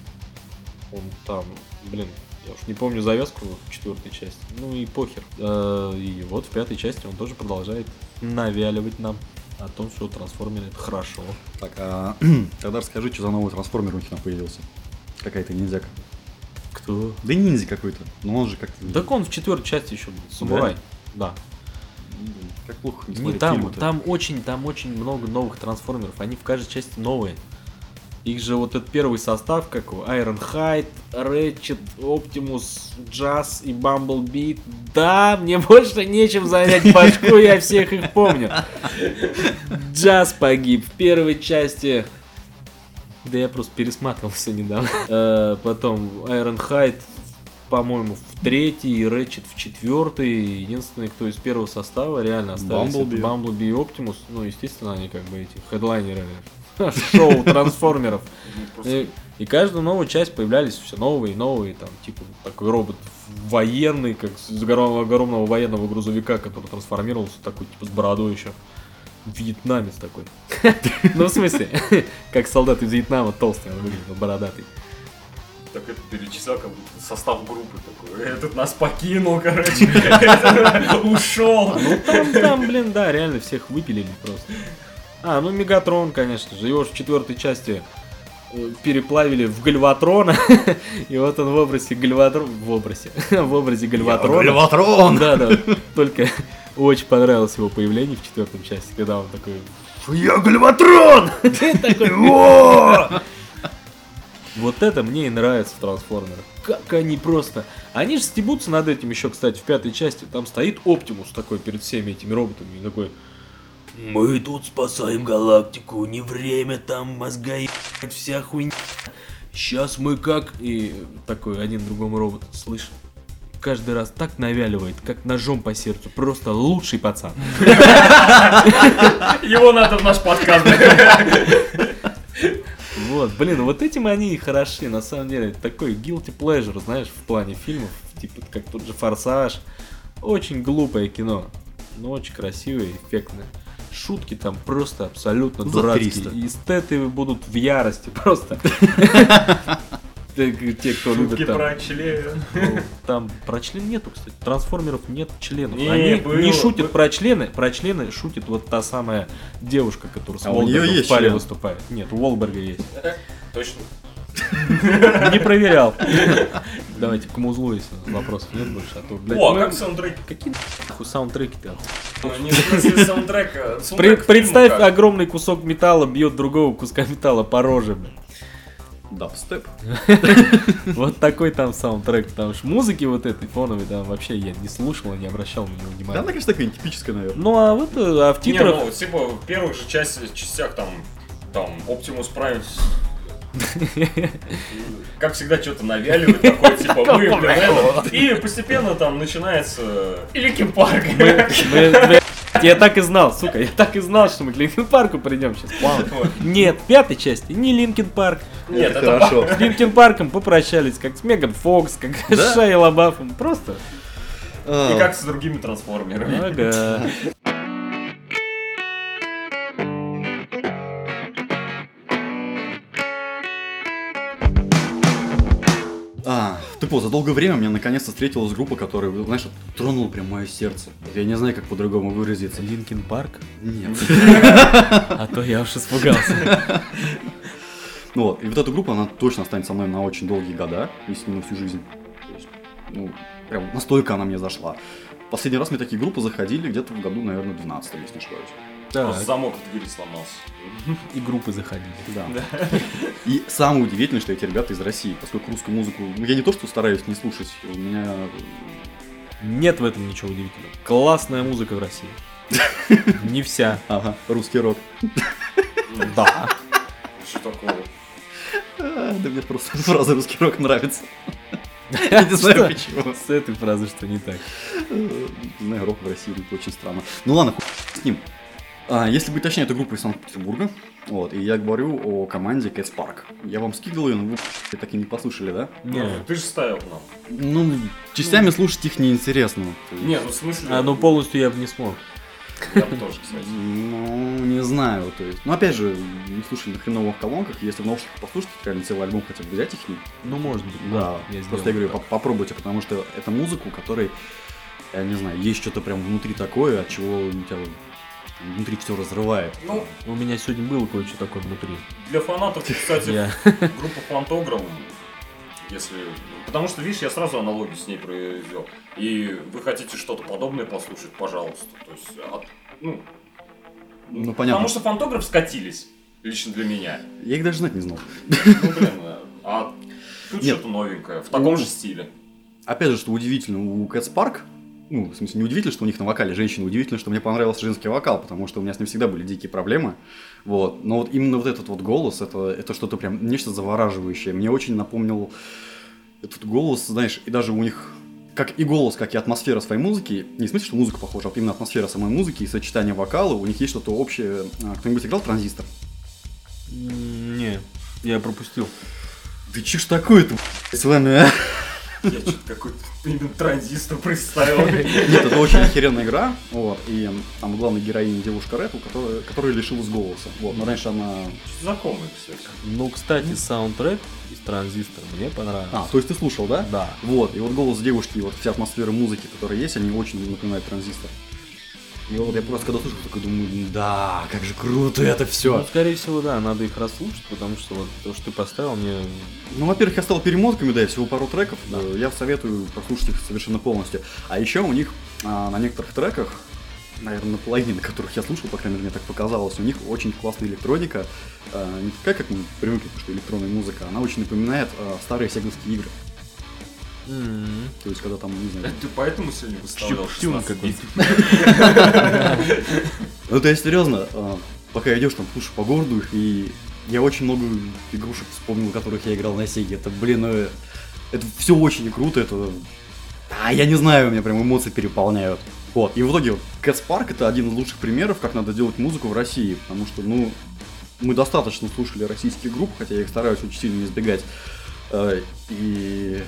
[SPEAKER 3] Он там, блин, я уж не помню завязку в четвертой части. Ну и похер. А, И вот в пятой части он тоже продолжает навяливать нам о том, что трансформеры это хорошо.
[SPEAKER 1] Так, а тогда расскажи, что за новый трансформер у них там появился. Какая-то ниндзяка.
[SPEAKER 3] Кто?
[SPEAKER 1] Да ниндзя какой-то, но он же как-то...
[SPEAKER 3] Так он в четвертой части еще был. Самурай. да.
[SPEAKER 1] Блин, Как плохо не
[SPEAKER 3] Не
[SPEAKER 1] смотреть
[SPEAKER 3] Ну, там,
[SPEAKER 1] фильмы-то.
[SPEAKER 3] там очень, там очень много новых трансформеров. Они в каждой части новые. Их же вот этот первый состав, как его, Ironhide, Ratchet, Optimus, Jazz и Bumblebee. Да, мне больше нечем занять башку, я всех их помню. Джаз погиб в первой части. Да я просто пересматривал все недавно. Э, Потом Ironhide, по-моему, в третий, Ratchet в четвертый. Единственный, кто из первого состава реально остались, это
[SPEAKER 1] Bumblebee.
[SPEAKER 3] Bumblebee и Optimus. Ну, естественно, они как бы эти хедлайнеры шоу трансформеров.
[SPEAKER 2] Ну, просто-
[SPEAKER 3] И, и каждую новую часть появлялись все новые и новые, там, типа, вот такой робот военный, как с огромного, огромного военного грузовика, который трансформировался, такой, типа, с бородой еще. Вьетнамец такой. Ну, в смысле, как солдат из Вьетнама толстый, он выглядит, он бородатый.
[SPEAKER 2] Так это перечислял, как будто состав группы такой. Этот нас покинул, короче. Этот Ушел.
[SPEAKER 3] Ну, там, там, блин, да, реально всех выпилили просто. А, ну, Мегатрон, конечно же, его ж в четвертой части э, переплавили в Гальватрона, и вот он в образе Гальватрона, в образе, в образе Гальватрона.
[SPEAKER 1] Гальватрон!
[SPEAKER 3] Да, да. Только очень понравилось его появление в четвертом части, когда он такой...
[SPEAKER 1] Я Гальватрон!
[SPEAKER 3] Во! Вот это мне и нравится в трансформерах. Как они просто... Они же стебутся над этим еще, кстати, в пятой части. Там стоит Оптимус такой перед всеми этими роботами и такой... Мы тут спасаем галактику, не время там мозга ебать, вся хуйня. Сейчас мы как... И такой один другому роботу, слышь, каждый раз так навяливает, как ножом по сердцу. Просто лучший пацан.
[SPEAKER 2] Его надо в наш подкаст. блядь.
[SPEAKER 3] Вот, блин, вот этим они и хороши, на самом деле. Такой guilty pleasure, знаешь, в плане фильмов. Типа, как тот же «Форсаж». Очень глупое кино, но очень красивое и эффектное. Шутки там просто абсолютно
[SPEAKER 1] Ну, За
[SPEAKER 3] дурацкие.
[SPEAKER 1] 300.
[SPEAKER 3] И эстеты будут в ярости просто. Те, те, кто
[SPEAKER 2] Шутки
[SPEAKER 3] любит там.
[SPEAKER 2] про член.
[SPEAKER 3] Ну, Там про член нету, кстати. Трансформеров нет членов.
[SPEAKER 2] Не,
[SPEAKER 3] Они
[SPEAKER 2] было,
[SPEAKER 3] не шутят
[SPEAKER 2] бы-
[SPEAKER 3] про члены. Про члены шутит вот та самая девушка, которая с
[SPEAKER 1] А у неё
[SPEAKER 3] Уолбергом в
[SPEAKER 1] есть
[SPEAKER 3] паре
[SPEAKER 1] член?
[SPEAKER 3] выступает. Нет, у Уолберга есть.
[SPEAKER 2] Точно.
[SPEAKER 3] Не проверял. Давайте к музлу, если вопросов нет больше, а то, блядь,
[SPEAKER 2] О, а
[SPEAKER 3] мы-
[SPEAKER 2] как саундтрек?
[SPEAKER 3] Какие нахуй саундтреки-то?
[SPEAKER 2] Ну, не в смысле саундтрека. а
[SPEAKER 3] При-
[SPEAKER 2] саундтрек к фильму
[SPEAKER 3] Представь,
[SPEAKER 2] как.
[SPEAKER 3] огромный кусок металла бьет другого куска металла по роже, блядь.
[SPEAKER 1] Дабстеп.
[SPEAKER 3] Вот такой там саундтрек, потому что музыки вот этой фоновой, да, вообще я не слушал, и не обращал на него
[SPEAKER 1] Да, она,
[SPEAKER 3] внимания.
[SPEAKER 1] конечно, такая нетипическая, наверное.
[SPEAKER 3] Ну а вот, э, а в
[SPEAKER 2] Не,
[SPEAKER 3] титрах...
[SPEAKER 2] ну, типа, в первых же части- частях там, там, Optimus Prime Как всегда, что-то навяливает, такой, типа, мы, блин, это. И постепенно там начинается... Или парк.
[SPEAKER 3] Мы- мы- Я так и знал, сука, я так и знал, что мы к Линкин Парку придем сейчас. Нет, пятой части, не Линкин Парк.
[SPEAKER 2] Нет, это
[SPEAKER 1] хорошо.
[SPEAKER 3] С Линкин Парком попрощались, как с Меган Фокс, как
[SPEAKER 1] Да?
[SPEAKER 3] с Шайей Лабафом. Просто.
[SPEAKER 1] А,
[SPEAKER 2] И как с другими трансформерами.
[SPEAKER 3] Ага.
[SPEAKER 1] А, так вот, за долгое время мне наконец-то встретилась группа, которая, знаешь, вот тронула прям мое сердце. Я не знаю, как по-другому выразиться.
[SPEAKER 3] Линкин Парк?
[SPEAKER 1] Нет.
[SPEAKER 3] А то я уж испугался.
[SPEAKER 1] Ну вот, и вот эта группа, она точно останется со мной на очень долгие года, если не на всю жизнь. То есть, ну, прям настолько она мне зашла. Последний раз мне такие группы заходили где-то в году, наверное, 12, если не ошибаюсь.
[SPEAKER 2] Просто замок в двери сломался.
[SPEAKER 3] и группы заходили.
[SPEAKER 1] Да. И самое удивительное, что эти ребята из России, поскольку русскую музыку, ну, я не то что стараюсь не слушать, у меня...
[SPEAKER 3] Нет в этом ничего удивительного. Классная музыка в России. Не вся.
[SPEAKER 1] Ага, русский рок.
[SPEAKER 3] Да.
[SPEAKER 2] Что такого?
[SPEAKER 1] А, Да мне просто фраза русский рок нравится. Я не знаю почему.
[SPEAKER 3] С этой фразы что не так.
[SPEAKER 1] Э, Не знаю, рок в России это очень странно. Ну ладно, хуй с ним. А, если быть точнее, это группа из Санкт-Петербурга. Вот, и я говорю о команде Cats Park. Я вам скидывал ее, но вы блядь, так и не послушали, да?
[SPEAKER 2] Ну, Ты же ставил нам.
[SPEAKER 1] Ну, частями слушать их неинтересно. То есть,
[SPEAKER 2] Нет, ну в смысле...
[SPEAKER 3] А, ну полностью я бы не смог.
[SPEAKER 2] Я бы тоже, кстати.
[SPEAKER 1] Ну, не знаю, то есть. Ну, опять же, не слушали на хреновых колонках. Если в наушниках послушать, то реально целый альбом хотя бы взять их. и-
[SPEAKER 3] Ну, может быть. я
[SPEAKER 1] Просто я говорю, по- попробуйте, потому что это музыку, у которой, я не знаю, есть что-то прям внутри такое, от чего у тебя внутри все разрывает.
[SPEAKER 2] Ну,
[SPEAKER 3] У меня сегодня было кое-что такое внутри.
[SPEAKER 2] для фанатов, кстати,
[SPEAKER 3] Я...
[SPEAKER 2] группа Фантограмм, если... Потому что, видишь, я сразу аналогию с ней произвел. И вы хотите что-то подобное послушать, пожалуйста. То есть, от- ну,
[SPEAKER 1] Ну, понятно.
[SPEAKER 2] Потому что фантограф скатились, лично для меня.
[SPEAKER 1] Я их даже знать не знал.
[SPEAKER 2] Ну, блин, э, а тут
[SPEAKER 1] Нет.
[SPEAKER 2] что-то новенькое, в таком же стиле.
[SPEAKER 1] Опять же, что удивительно, у Cats Park, ну, в смысле, не удивительно, что у них на вокале женщина, удивительно, что мне понравился женский вокал, потому что у меня с ним всегда были дикие проблемы. Вот. Но вот именно вот этот вот голос, это, это что-то прям нечто завораживающее. Мне очень напомнил этот голос, знаешь, и даже у них как и голос, как и атмосфера своей музыки, не в смысле, что музыка похожа, а вот именно атмосфера самой музыки и сочетание вокала, у них есть что-то общее. А, Кто-нибудь играл в транзистор?
[SPEAKER 3] М, Не, я пропустил.
[SPEAKER 1] Да че ж такое-то, б***ь, с вами, а?
[SPEAKER 2] Я что-то какой-то именно транзистор представил.
[SPEAKER 1] Нет, это очень охеренная игра, вот, и м, там главная героиня девушка Рэп, у которой, которая лишилась голоса, вот, но раньше она...
[SPEAKER 2] Знакомый все.
[SPEAKER 3] Ну, кстати, саундтрек из транзистора мне
[SPEAKER 1] А,
[SPEAKER 3] понравился.
[SPEAKER 1] то есть ты слушал, да?
[SPEAKER 3] Да.
[SPEAKER 1] Вот, и вот голос девушки, и вот вся атмосфера музыки, которая есть, они очень напоминают транзистор. И вот я просто когда слушал, такой думаю, да, как же круто это
[SPEAKER 3] Ну,
[SPEAKER 1] все.
[SPEAKER 3] скорее всего, да, надо их расслушать, потому что вот то, что ты поставил, мне
[SPEAKER 1] Ну, во-первых, я стал перемотками, да, и всего пару треков, э, я советую прослушать их совершенно полностью. А еще у них а, на некоторых треках, наверное, на половине, которых я слушал, по крайней мере, мне так показалось, у них очень классная электроника, э, не такая, как мы привыкли, потому что электронная музыка, она очень напоминает э, старые сегновские игры.
[SPEAKER 3] М,
[SPEAKER 1] То есть, когда там, не знаю...
[SPEAKER 2] Э, Ты поэтому сегодня выставлял
[SPEAKER 3] Щептюн
[SPEAKER 2] 16 бит?
[SPEAKER 3] какой-то.
[SPEAKER 1] Ну, то есть, серьезно, э, пока идешь там, слушай, по городу их, и я очень много игрушек вспомнил, которых я играл на Сеге. Это, блин, э, это все очень круто, это... А, я не знаю, у меня прям эмоции переполняют. Вот, и в итоге вот, Cats Park это один из лучших примеров, как надо делать музыку в России, потому что, ну, мы достаточно слушали российских групп, хотя я их стараюсь очень сильно избегать. Э, И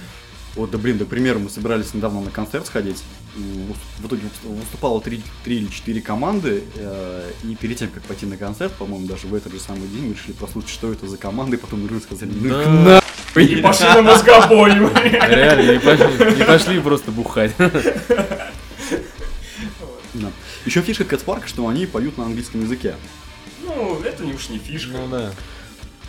[SPEAKER 1] вот, да блин, да, к примеру, мы собирались недавно на концерт сходить. М, выс- В итоге выс- выступало три, три или четыре команды, э, и перед тем, как пойти на концерт, по-моему, даже в этот же самый день мы решили послушать, что это за команды, и потом уже сказали, ну их
[SPEAKER 3] Да. А
[SPEAKER 2] И пошли на мозгобой.
[SPEAKER 3] Реально, не пошли, не пошли просто бухать.
[SPEAKER 1] Еще фишка Cats Park, что они поют на английском языке.
[SPEAKER 2] Ну, это не уж не фишка.
[SPEAKER 3] Ну да.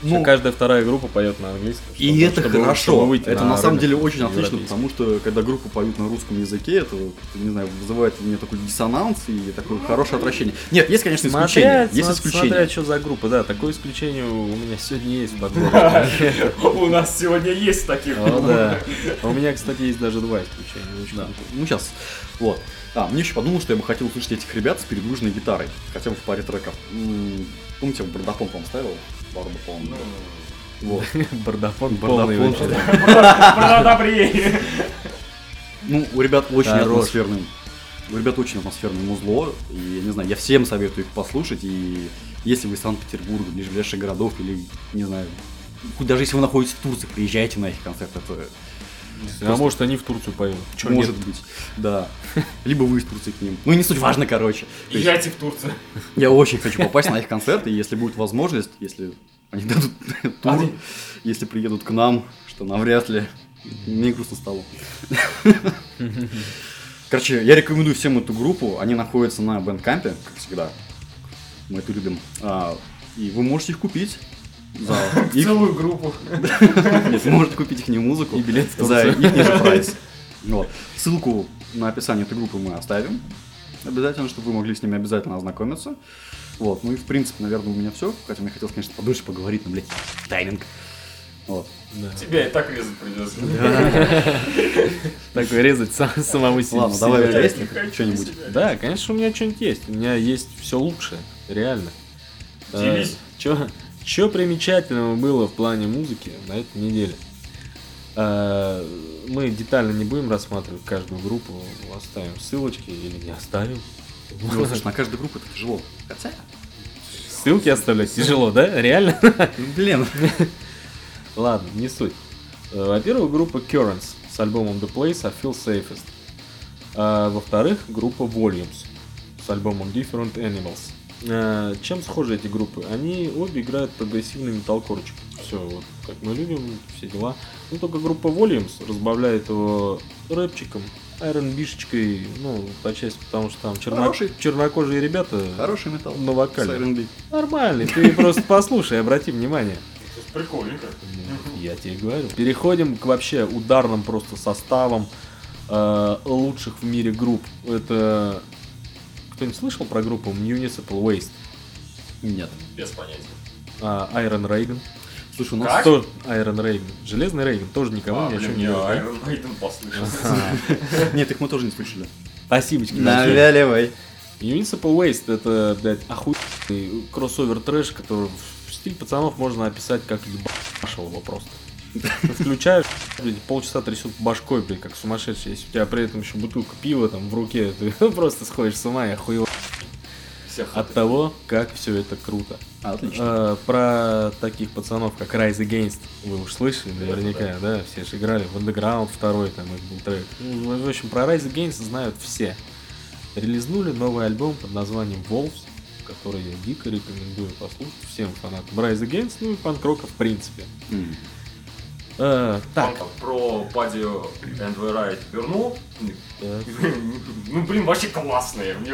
[SPEAKER 1] Ну,
[SPEAKER 3] Что каждая вторая группа поет на английском.
[SPEAKER 1] И
[SPEAKER 3] чтобы-
[SPEAKER 1] это
[SPEAKER 3] чтобы- чтобы
[SPEAKER 1] хорошо.
[SPEAKER 3] выйти
[SPEAKER 1] это на, самом
[SPEAKER 3] рынок
[SPEAKER 1] деле очень отлично,
[SPEAKER 3] европейский.
[SPEAKER 1] потому что когда группы поют на русском языке, это, не знаю, вызывает у меня такой диссонанс и такое хорошее отвращение. Нет, есть, конечно, исключения.
[SPEAKER 3] Смотря,
[SPEAKER 1] Есть
[SPEAKER 3] смо- смотря
[SPEAKER 1] исключения.
[SPEAKER 3] что за группа, да, такое исключение у меня сегодня есть в подборе.
[SPEAKER 2] У нас сегодня есть таких.
[SPEAKER 3] О, да. А у меня, кстати, есть даже два исключения. Очень
[SPEAKER 1] Да.
[SPEAKER 3] круто.
[SPEAKER 1] Ну сейчас. Вот. А, мне еще подумал, что я бы хотел услышать этих ребят с перегруженной гитарой. Хотя бы в паре треков. М, Помните, я Бардафон, по-моему, ставил? Бардафон.
[SPEAKER 2] Ну,
[SPEAKER 1] Вот.
[SPEAKER 3] Бардафон полный.
[SPEAKER 1] Бардафон.
[SPEAKER 3] вообще.
[SPEAKER 2] Продобрее.
[SPEAKER 1] Ну, у ребят очень
[SPEAKER 3] Хорош.
[SPEAKER 1] атмосферный. У ребят очень атмосферное музло. И я не знаю, я всем советую их послушать. И если вы из Санкт-Петербурга, ближайших городов, или не знаю, хоть даже если вы находитесь в Турции, приезжайте на их концерт. Это
[SPEAKER 3] А может они в Турцию поедут? Чё
[SPEAKER 1] может
[SPEAKER 3] нет?
[SPEAKER 1] быть. Да. Либо вы из Турции к ним. Ну, не суть важно, короче. То есть
[SPEAKER 2] Езжайте в Турцию.
[SPEAKER 1] я очень хочу попасть на их концерт, и если будет возможность, если они дадут тур,
[SPEAKER 2] Они-
[SPEAKER 1] если приедут к нам, что навряд ли, мне грустно стало. Короче, я рекомендую всем эту группу, они находятся на Бендкампе, как всегда, мы это любим, А, и вы можете их купить. За их-
[SPEAKER 2] Целую группу.
[SPEAKER 1] Нет, вы можете купить их не музыку.
[SPEAKER 3] И билет в
[SPEAKER 1] за
[SPEAKER 3] Турцию.
[SPEAKER 1] их же прайс. Вот. Ссылку на описание этой группы мы оставим. Обязательно, чтобы вы могли с ними обязательно ознакомиться. Вот. Ну и в принципе, наверное, у меня все. Хотя мне хотелось, конечно, подольше поговорить, но, блядь, тайминг. Вот.
[SPEAKER 3] Да.
[SPEAKER 2] Тебя и так резать придется.
[SPEAKER 3] Так резать сам- самому себе.
[SPEAKER 1] Ладно, давай у тебя
[SPEAKER 2] Я
[SPEAKER 1] есть
[SPEAKER 2] не хочу
[SPEAKER 1] что-нибудь?
[SPEAKER 2] себя.
[SPEAKER 3] Да, конечно, у меня что-нибудь есть. У меня есть все лучшее, реально.
[SPEAKER 2] Делись.
[SPEAKER 3] Че, че примечательного было в плане музыки на этой неделе? Э, Мы детально не будем рассматривать каждую группу, оставим ссылочки или не оставим.
[SPEAKER 1] Ну, вот, слушай, на каждую группу это тяжело. Хотя,
[SPEAKER 3] Ссылки оставлять тяжело, да? Реально?
[SPEAKER 1] ну, блин.
[SPEAKER 3] Ладно, не суть. Э, Во-первых, группа Currents с альбомом The Place I Feel Safest. А Во-вторых, группа Volumes с альбомом Different Animals. Э, Чем схожи эти группы? Они обе играют прогрессивный металкорчик. Все, вот как мы любим, все дела. Ну только группа Volumes разбавляет его рэпчиком, R&B-шечкой, ну, по части, потому что там черно-
[SPEAKER 1] Хороший.
[SPEAKER 3] чернокожие ребята
[SPEAKER 1] Хороший металл.
[SPEAKER 3] на вокале.
[SPEAKER 1] С R&B.
[SPEAKER 3] Нормальный, ты просто послушай, обрати внимание.
[SPEAKER 2] Прикольненько.
[SPEAKER 3] Я тебе говорю. Переходим к вообще ударным просто составам э, лучших в мире групп. Это... Кто-нибудь слышал про группу Municipal Waste?
[SPEAKER 1] Нет.
[SPEAKER 2] Без понятия.
[SPEAKER 3] А, Iron Raiden. Ну
[SPEAKER 1] Слушай, у нас...
[SPEAKER 2] Как?
[SPEAKER 3] Что? Iron Raiden. Железный Рейген. Тоже никому
[SPEAKER 2] А,
[SPEAKER 3] ни о
[SPEAKER 2] блин,
[SPEAKER 3] чем
[SPEAKER 2] мне
[SPEAKER 3] не говорит.
[SPEAKER 2] Iron Maiden послышал.
[SPEAKER 1] Нет, их мы тоже не слышали.
[SPEAKER 3] Спасибочки. большое.
[SPEAKER 1] Навяливай.
[SPEAKER 3] Municipal Waste это, блядь, охуенный кроссовер трэш, который в стиль пацанов можно описать как ебашил его просто. Ты включаешь, блядь, полчаса трясут башкой, блядь, как сумасшедший. Если у тебя при этом еще бутылка пива там в руке, ты просто сходишь с ума и охуел
[SPEAKER 2] Всех
[SPEAKER 3] от того, как все это круто.
[SPEAKER 1] А, Отлично.
[SPEAKER 3] Э, про таких пацанов, как Rise Against, вы уж слышали наверняка, да, все же играли в Underground второй, там их был трек. Ну, в общем, про Rise Against знают все. Релизнули новый альбом под названием Wolves, который я дико рекомендую послушать всем фанатам Rise Against, ну и панкрока в принципе.
[SPEAKER 1] М.
[SPEAKER 3] Э, так,
[SPEAKER 2] Панка Про Падио and the Right вернул.
[SPEAKER 3] э,
[SPEAKER 2] Ну, блин, вообще классные. Мне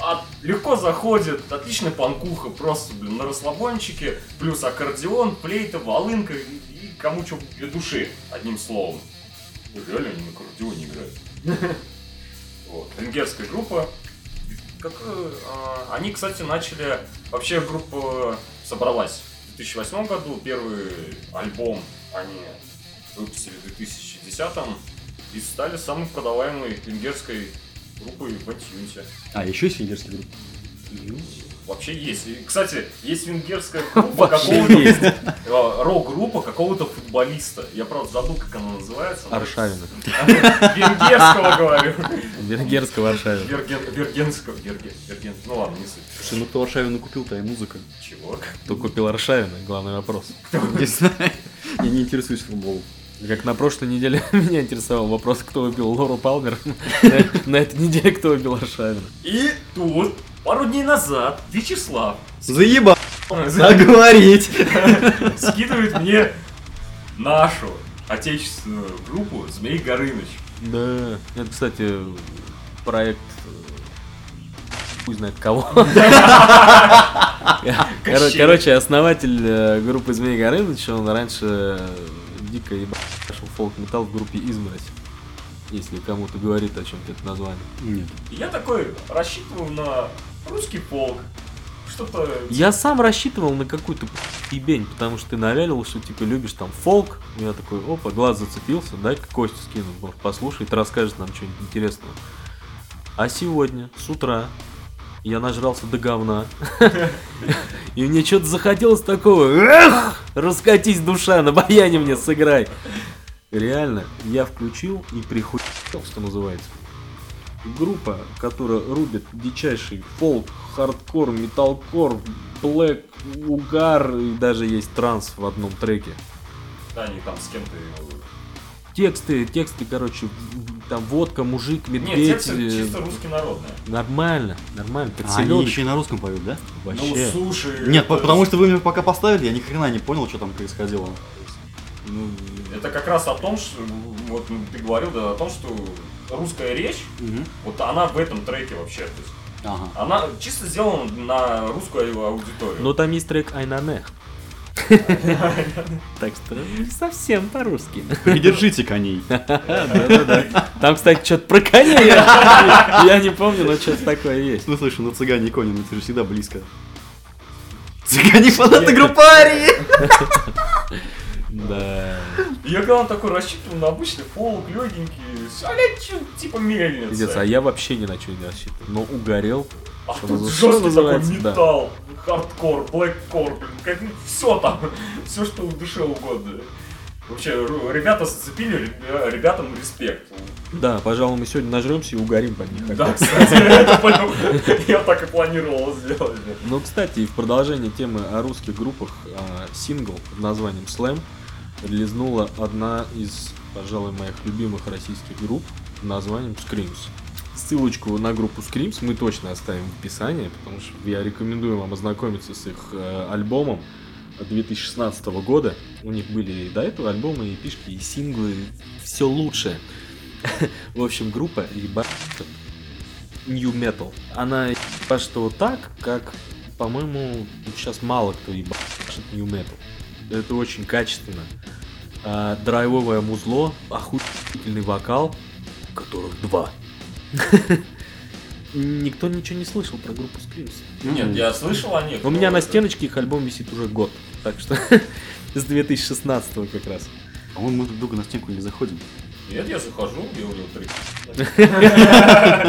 [SPEAKER 2] от- легко заходит, отличная панкуха, просто, блин, на расслабончике, плюс аккордеон, плейта, волынка и, и кому что для души, одним словом. Ну, Реально они на аккордеоне играют. Вот, венгерская группа. Как, э, а, они, кстати, начали... Вообще группа собралась в 2008 году. Первый альбом они выпустили в 2010 и стали самой продаваемой венгерской группой в iTunes.
[SPEAKER 1] А, еще есть венгерский групп.
[SPEAKER 2] Вообще есть. И, кстати, есть венгерская группа
[SPEAKER 3] Вообще
[SPEAKER 2] какого-то...
[SPEAKER 3] есть.
[SPEAKER 2] э, Рок-группа какого-то футболиста. Я, правда, забыл, как она называется. но-
[SPEAKER 3] Аршавина.
[SPEAKER 2] Венгерского говорю.
[SPEAKER 3] Венгерского Варшавина.
[SPEAKER 2] Верген, Вергенского, Верген, Верген, ну ладно, не суть.
[SPEAKER 1] Слушай, ну кто Варшавину купил, то и музыка.
[SPEAKER 2] Чего?
[SPEAKER 3] Кто купил Аршавина, главный вопрос.
[SPEAKER 1] Не знаю. Я не интересуюсь футболом.
[SPEAKER 3] Как на прошлой неделе меня интересовал вопрос, кто убил Лору Палмер. На- На этой неделе кто убил Аршавина.
[SPEAKER 2] И тут, пару дней назад, Вячеслав
[SPEAKER 1] Заебал
[SPEAKER 2] за-
[SPEAKER 1] заговорить.
[SPEAKER 2] скидывает мне нашу отечественную группу Змей Горыныч.
[SPEAKER 3] Да. Это, кстати, проект э, хуй знает кого. Коро-
[SPEAKER 2] Кощей.
[SPEAKER 3] Короче, основатель э, группы Змей Горыныч, он раньше э, дико ебал фолк-метал в группе Изморозь. Если кому-то говорит о чем-то это название.
[SPEAKER 1] Нет.
[SPEAKER 2] И я такой рассчитываю на русский полк, что-то...
[SPEAKER 3] Я сам рассчитывал на какую-то ебень, потому что ты навялил, что типа любишь там фолк. И Я такой, опа, глаз зацепился, дай-ка Костю скину, может послушает, расскажет нам что-нибудь интересное. А сегодня, с утра, Я нажрался до говна. И мне что-то захотелось такого. Эх! Раскатись, душа, на баяне мне сыграй. Реально, я включил и прихуел, что называется. Группа, которая рубит дичайший фолк, хардкор, металкор, блэк, угар и даже есть транс в одном треке.
[SPEAKER 2] Да, они там с кем-то... э,
[SPEAKER 3] Тексты, тексты, короче, в- там водка, мужик,
[SPEAKER 2] Нет,
[SPEAKER 3] медведь.
[SPEAKER 2] тексты
[SPEAKER 3] э,
[SPEAKER 2] чисто русский народные.
[SPEAKER 3] Нормально, нормально, как
[SPEAKER 1] А они
[SPEAKER 3] селёдочка.
[SPEAKER 1] еще и на русском поют, да?
[SPEAKER 3] Вообще.
[SPEAKER 2] Ну, слушай...
[SPEAKER 1] Нет,
[SPEAKER 2] это-
[SPEAKER 1] по- потому что вы меня пока поставили, я ни хрена не понял, что там происходило.
[SPEAKER 3] Ну,
[SPEAKER 2] Это как раз о том, что... Вот ну, ты говорил, да, о том, что русская речь, вот она в этом треке вообще. То есть,
[SPEAKER 1] Ага.
[SPEAKER 2] она чисто сделана на русскую аудиторию.
[SPEAKER 3] Но там есть трек Айнане. Так что не совсем по-русски.
[SPEAKER 1] Придержите коней.
[SPEAKER 3] Да-да-да. Там, кстати, что-то про коней. Я я не помню, но что-то такое есть.
[SPEAKER 1] Ну слышу, ну цыгане и кони, ну это же всегда близко. Цыгане фанаты
[SPEAKER 3] Нет.
[SPEAKER 1] группы Арии!
[SPEAKER 3] Да.
[SPEAKER 2] Я когда он такой рассчитывал на обычный фолк, легенький, а ля чё, типа мельница.
[SPEAKER 3] Пиздец, а я вообще ни на что не рассчитывал. Но угорел.
[SPEAKER 2] А
[SPEAKER 3] что
[SPEAKER 2] тут
[SPEAKER 3] за- что
[SPEAKER 2] жесткий такой
[SPEAKER 3] называется, да.
[SPEAKER 2] металл, хардкор, блэккор, блин, как все там, все что в душе угодно. Вообще, ру- ребята сцепили, ребя- ребятам респект.
[SPEAKER 3] Да, пожалуй, мы сегодня нажремся и угорим под них.
[SPEAKER 2] Да,
[SPEAKER 3] опять.
[SPEAKER 2] кстати, это понял. я так и планировал сделать.
[SPEAKER 3] Ну, кстати, и в продолжение темы о русских группах а, сингл под названием «Слэм» релизнула одна из, пожалуй, моих любимых российских групп под названием «Screams». Ссылочку на группу Screams мы точно оставим в описании, потому что я рекомендую вам ознакомиться с их э, альбомом 2016 года. У них были и до этого альбомы, и пишки, и синглы, все лучшее. В общем, группа ебать New Metal. Она ебашит его так, как, по-моему, сейчас мало кто ебашит New Metal. Это очень качественно. А, драйвовое музло, охуительный вокал, которых два. Никто ничего не слышал про группу Screams.
[SPEAKER 2] Нет, я слышал о них.
[SPEAKER 3] У меня
[SPEAKER 2] но
[SPEAKER 3] на
[SPEAKER 2] это-
[SPEAKER 3] стеночке их альбом висит уже год, так что с 2016 как раз.
[SPEAKER 1] По-моему, А мы друг друга на стенку не заходим.
[SPEAKER 2] Нет, я захожу, я у него три.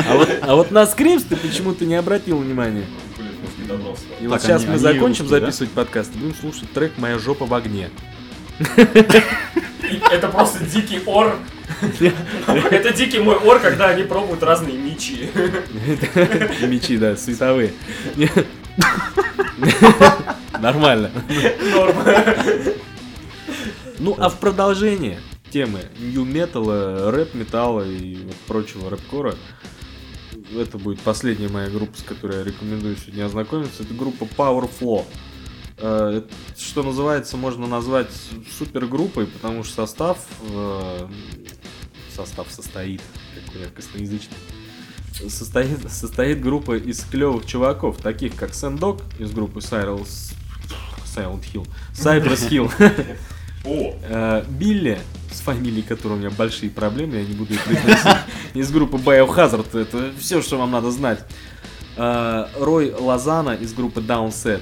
[SPEAKER 3] А вот, а вот на Screams ты почему-то не обратил внимания.
[SPEAKER 2] Блин, может, не добрался.
[SPEAKER 3] И вот
[SPEAKER 1] Так,
[SPEAKER 3] сейчас
[SPEAKER 1] они-
[SPEAKER 3] мы
[SPEAKER 1] они
[SPEAKER 3] закончим
[SPEAKER 1] русские, да?
[SPEAKER 3] записывать подкаст и будем слушать трек «Моя жопа в огне».
[SPEAKER 2] И Это просто дикий ор. Это дикий мой ор, когда они пробуют разные мечи.
[SPEAKER 3] Мечи, да, световые. Не. Нормально.
[SPEAKER 2] Норм.
[SPEAKER 3] Ну, а в продолжение темы нью металла, рэп металла и вот прочего рэпкора, это будет последняя моя группа, с которой я рекомендую сегодня ознакомиться. Это группа Power Flow. Э, это, Что называется, можно назвать супергруппой, потому что состав э, состав состоит, какой я косноязычный, состоит, состоит группа из клевых чуваков, таких как Сэндок из группы Cyrus, Silent Hill, Cypress Hill,
[SPEAKER 2] О,
[SPEAKER 3] Э, Билли, с фамилией которой у меня большие проблемы, я не буду их произносить, из группы Biohazard, это все, что вам надо знать. Э, Рой Лазана из группы Downset.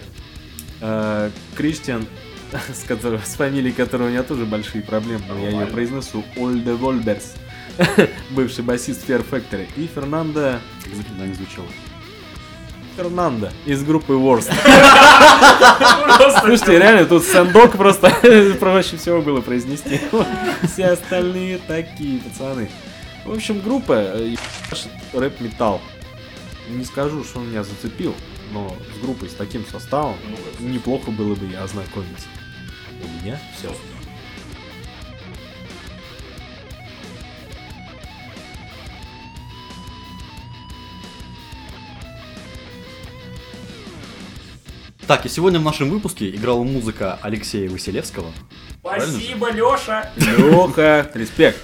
[SPEAKER 3] Э, Кристиан, с, которого- с фамилией которой у меня тоже большие проблемы, но я ее
[SPEAKER 2] Нормально.
[SPEAKER 3] произнесу, Ольде Вольберс, бывший басист Fear Factory, и Фернандо
[SPEAKER 1] Как бы туда не звучало.
[SPEAKER 3] Фернандо из группы Worst.
[SPEAKER 2] просто
[SPEAKER 3] Слушайте, реально, тут сэндок просто проще всего было произнести. Все остальные такие, пацаны. В общем, группа э, ебашит рэп-металл. Не скажу, что он меня зацепил, но с группой с таким составом
[SPEAKER 2] Ну,
[SPEAKER 3] неплохо было бы и ознакомиться. У меня все.
[SPEAKER 1] Так, и сегодня в нашем выпуске играла музыка Алексея Василевского.
[SPEAKER 2] Спасибо, Леша.
[SPEAKER 3] Леха, респект.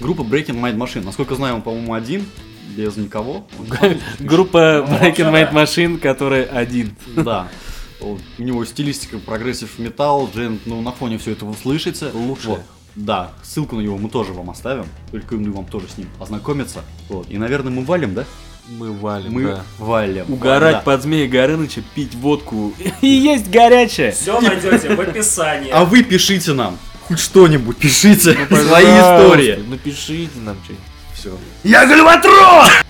[SPEAKER 1] Группа Breaking Mind Machine. Насколько знаю, он, по-моему, один, без никого.
[SPEAKER 3] Группа Breaking Mind Machine, который один.
[SPEAKER 1] Да. У него стилистика прогрессив металл, джент, ну на фоне все это вы услышите.
[SPEAKER 3] Лучше.
[SPEAKER 1] Вот. Да, ссылку на него мы тоже вам оставим. Рекомендую вам тоже с ним ознакомиться. Вот. И, наверное, мы валим, да?
[SPEAKER 3] Мы валим,
[SPEAKER 1] мы
[SPEAKER 3] да.
[SPEAKER 1] валим.
[SPEAKER 3] Угорать
[SPEAKER 1] Да.
[SPEAKER 3] под Змея Горыныча, пить водку и есть горячее.
[SPEAKER 2] Все найдете в описании.
[SPEAKER 1] А вы пишите нам хоть что-нибудь, пишите свои
[SPEAKER 3] Ну, Пожалуйста,
[SPEAKER 1] истории.
[SPEAKER 3] Напишите нам что-нибудь.
[SPEAKER 1] Все. Я Гальватрон!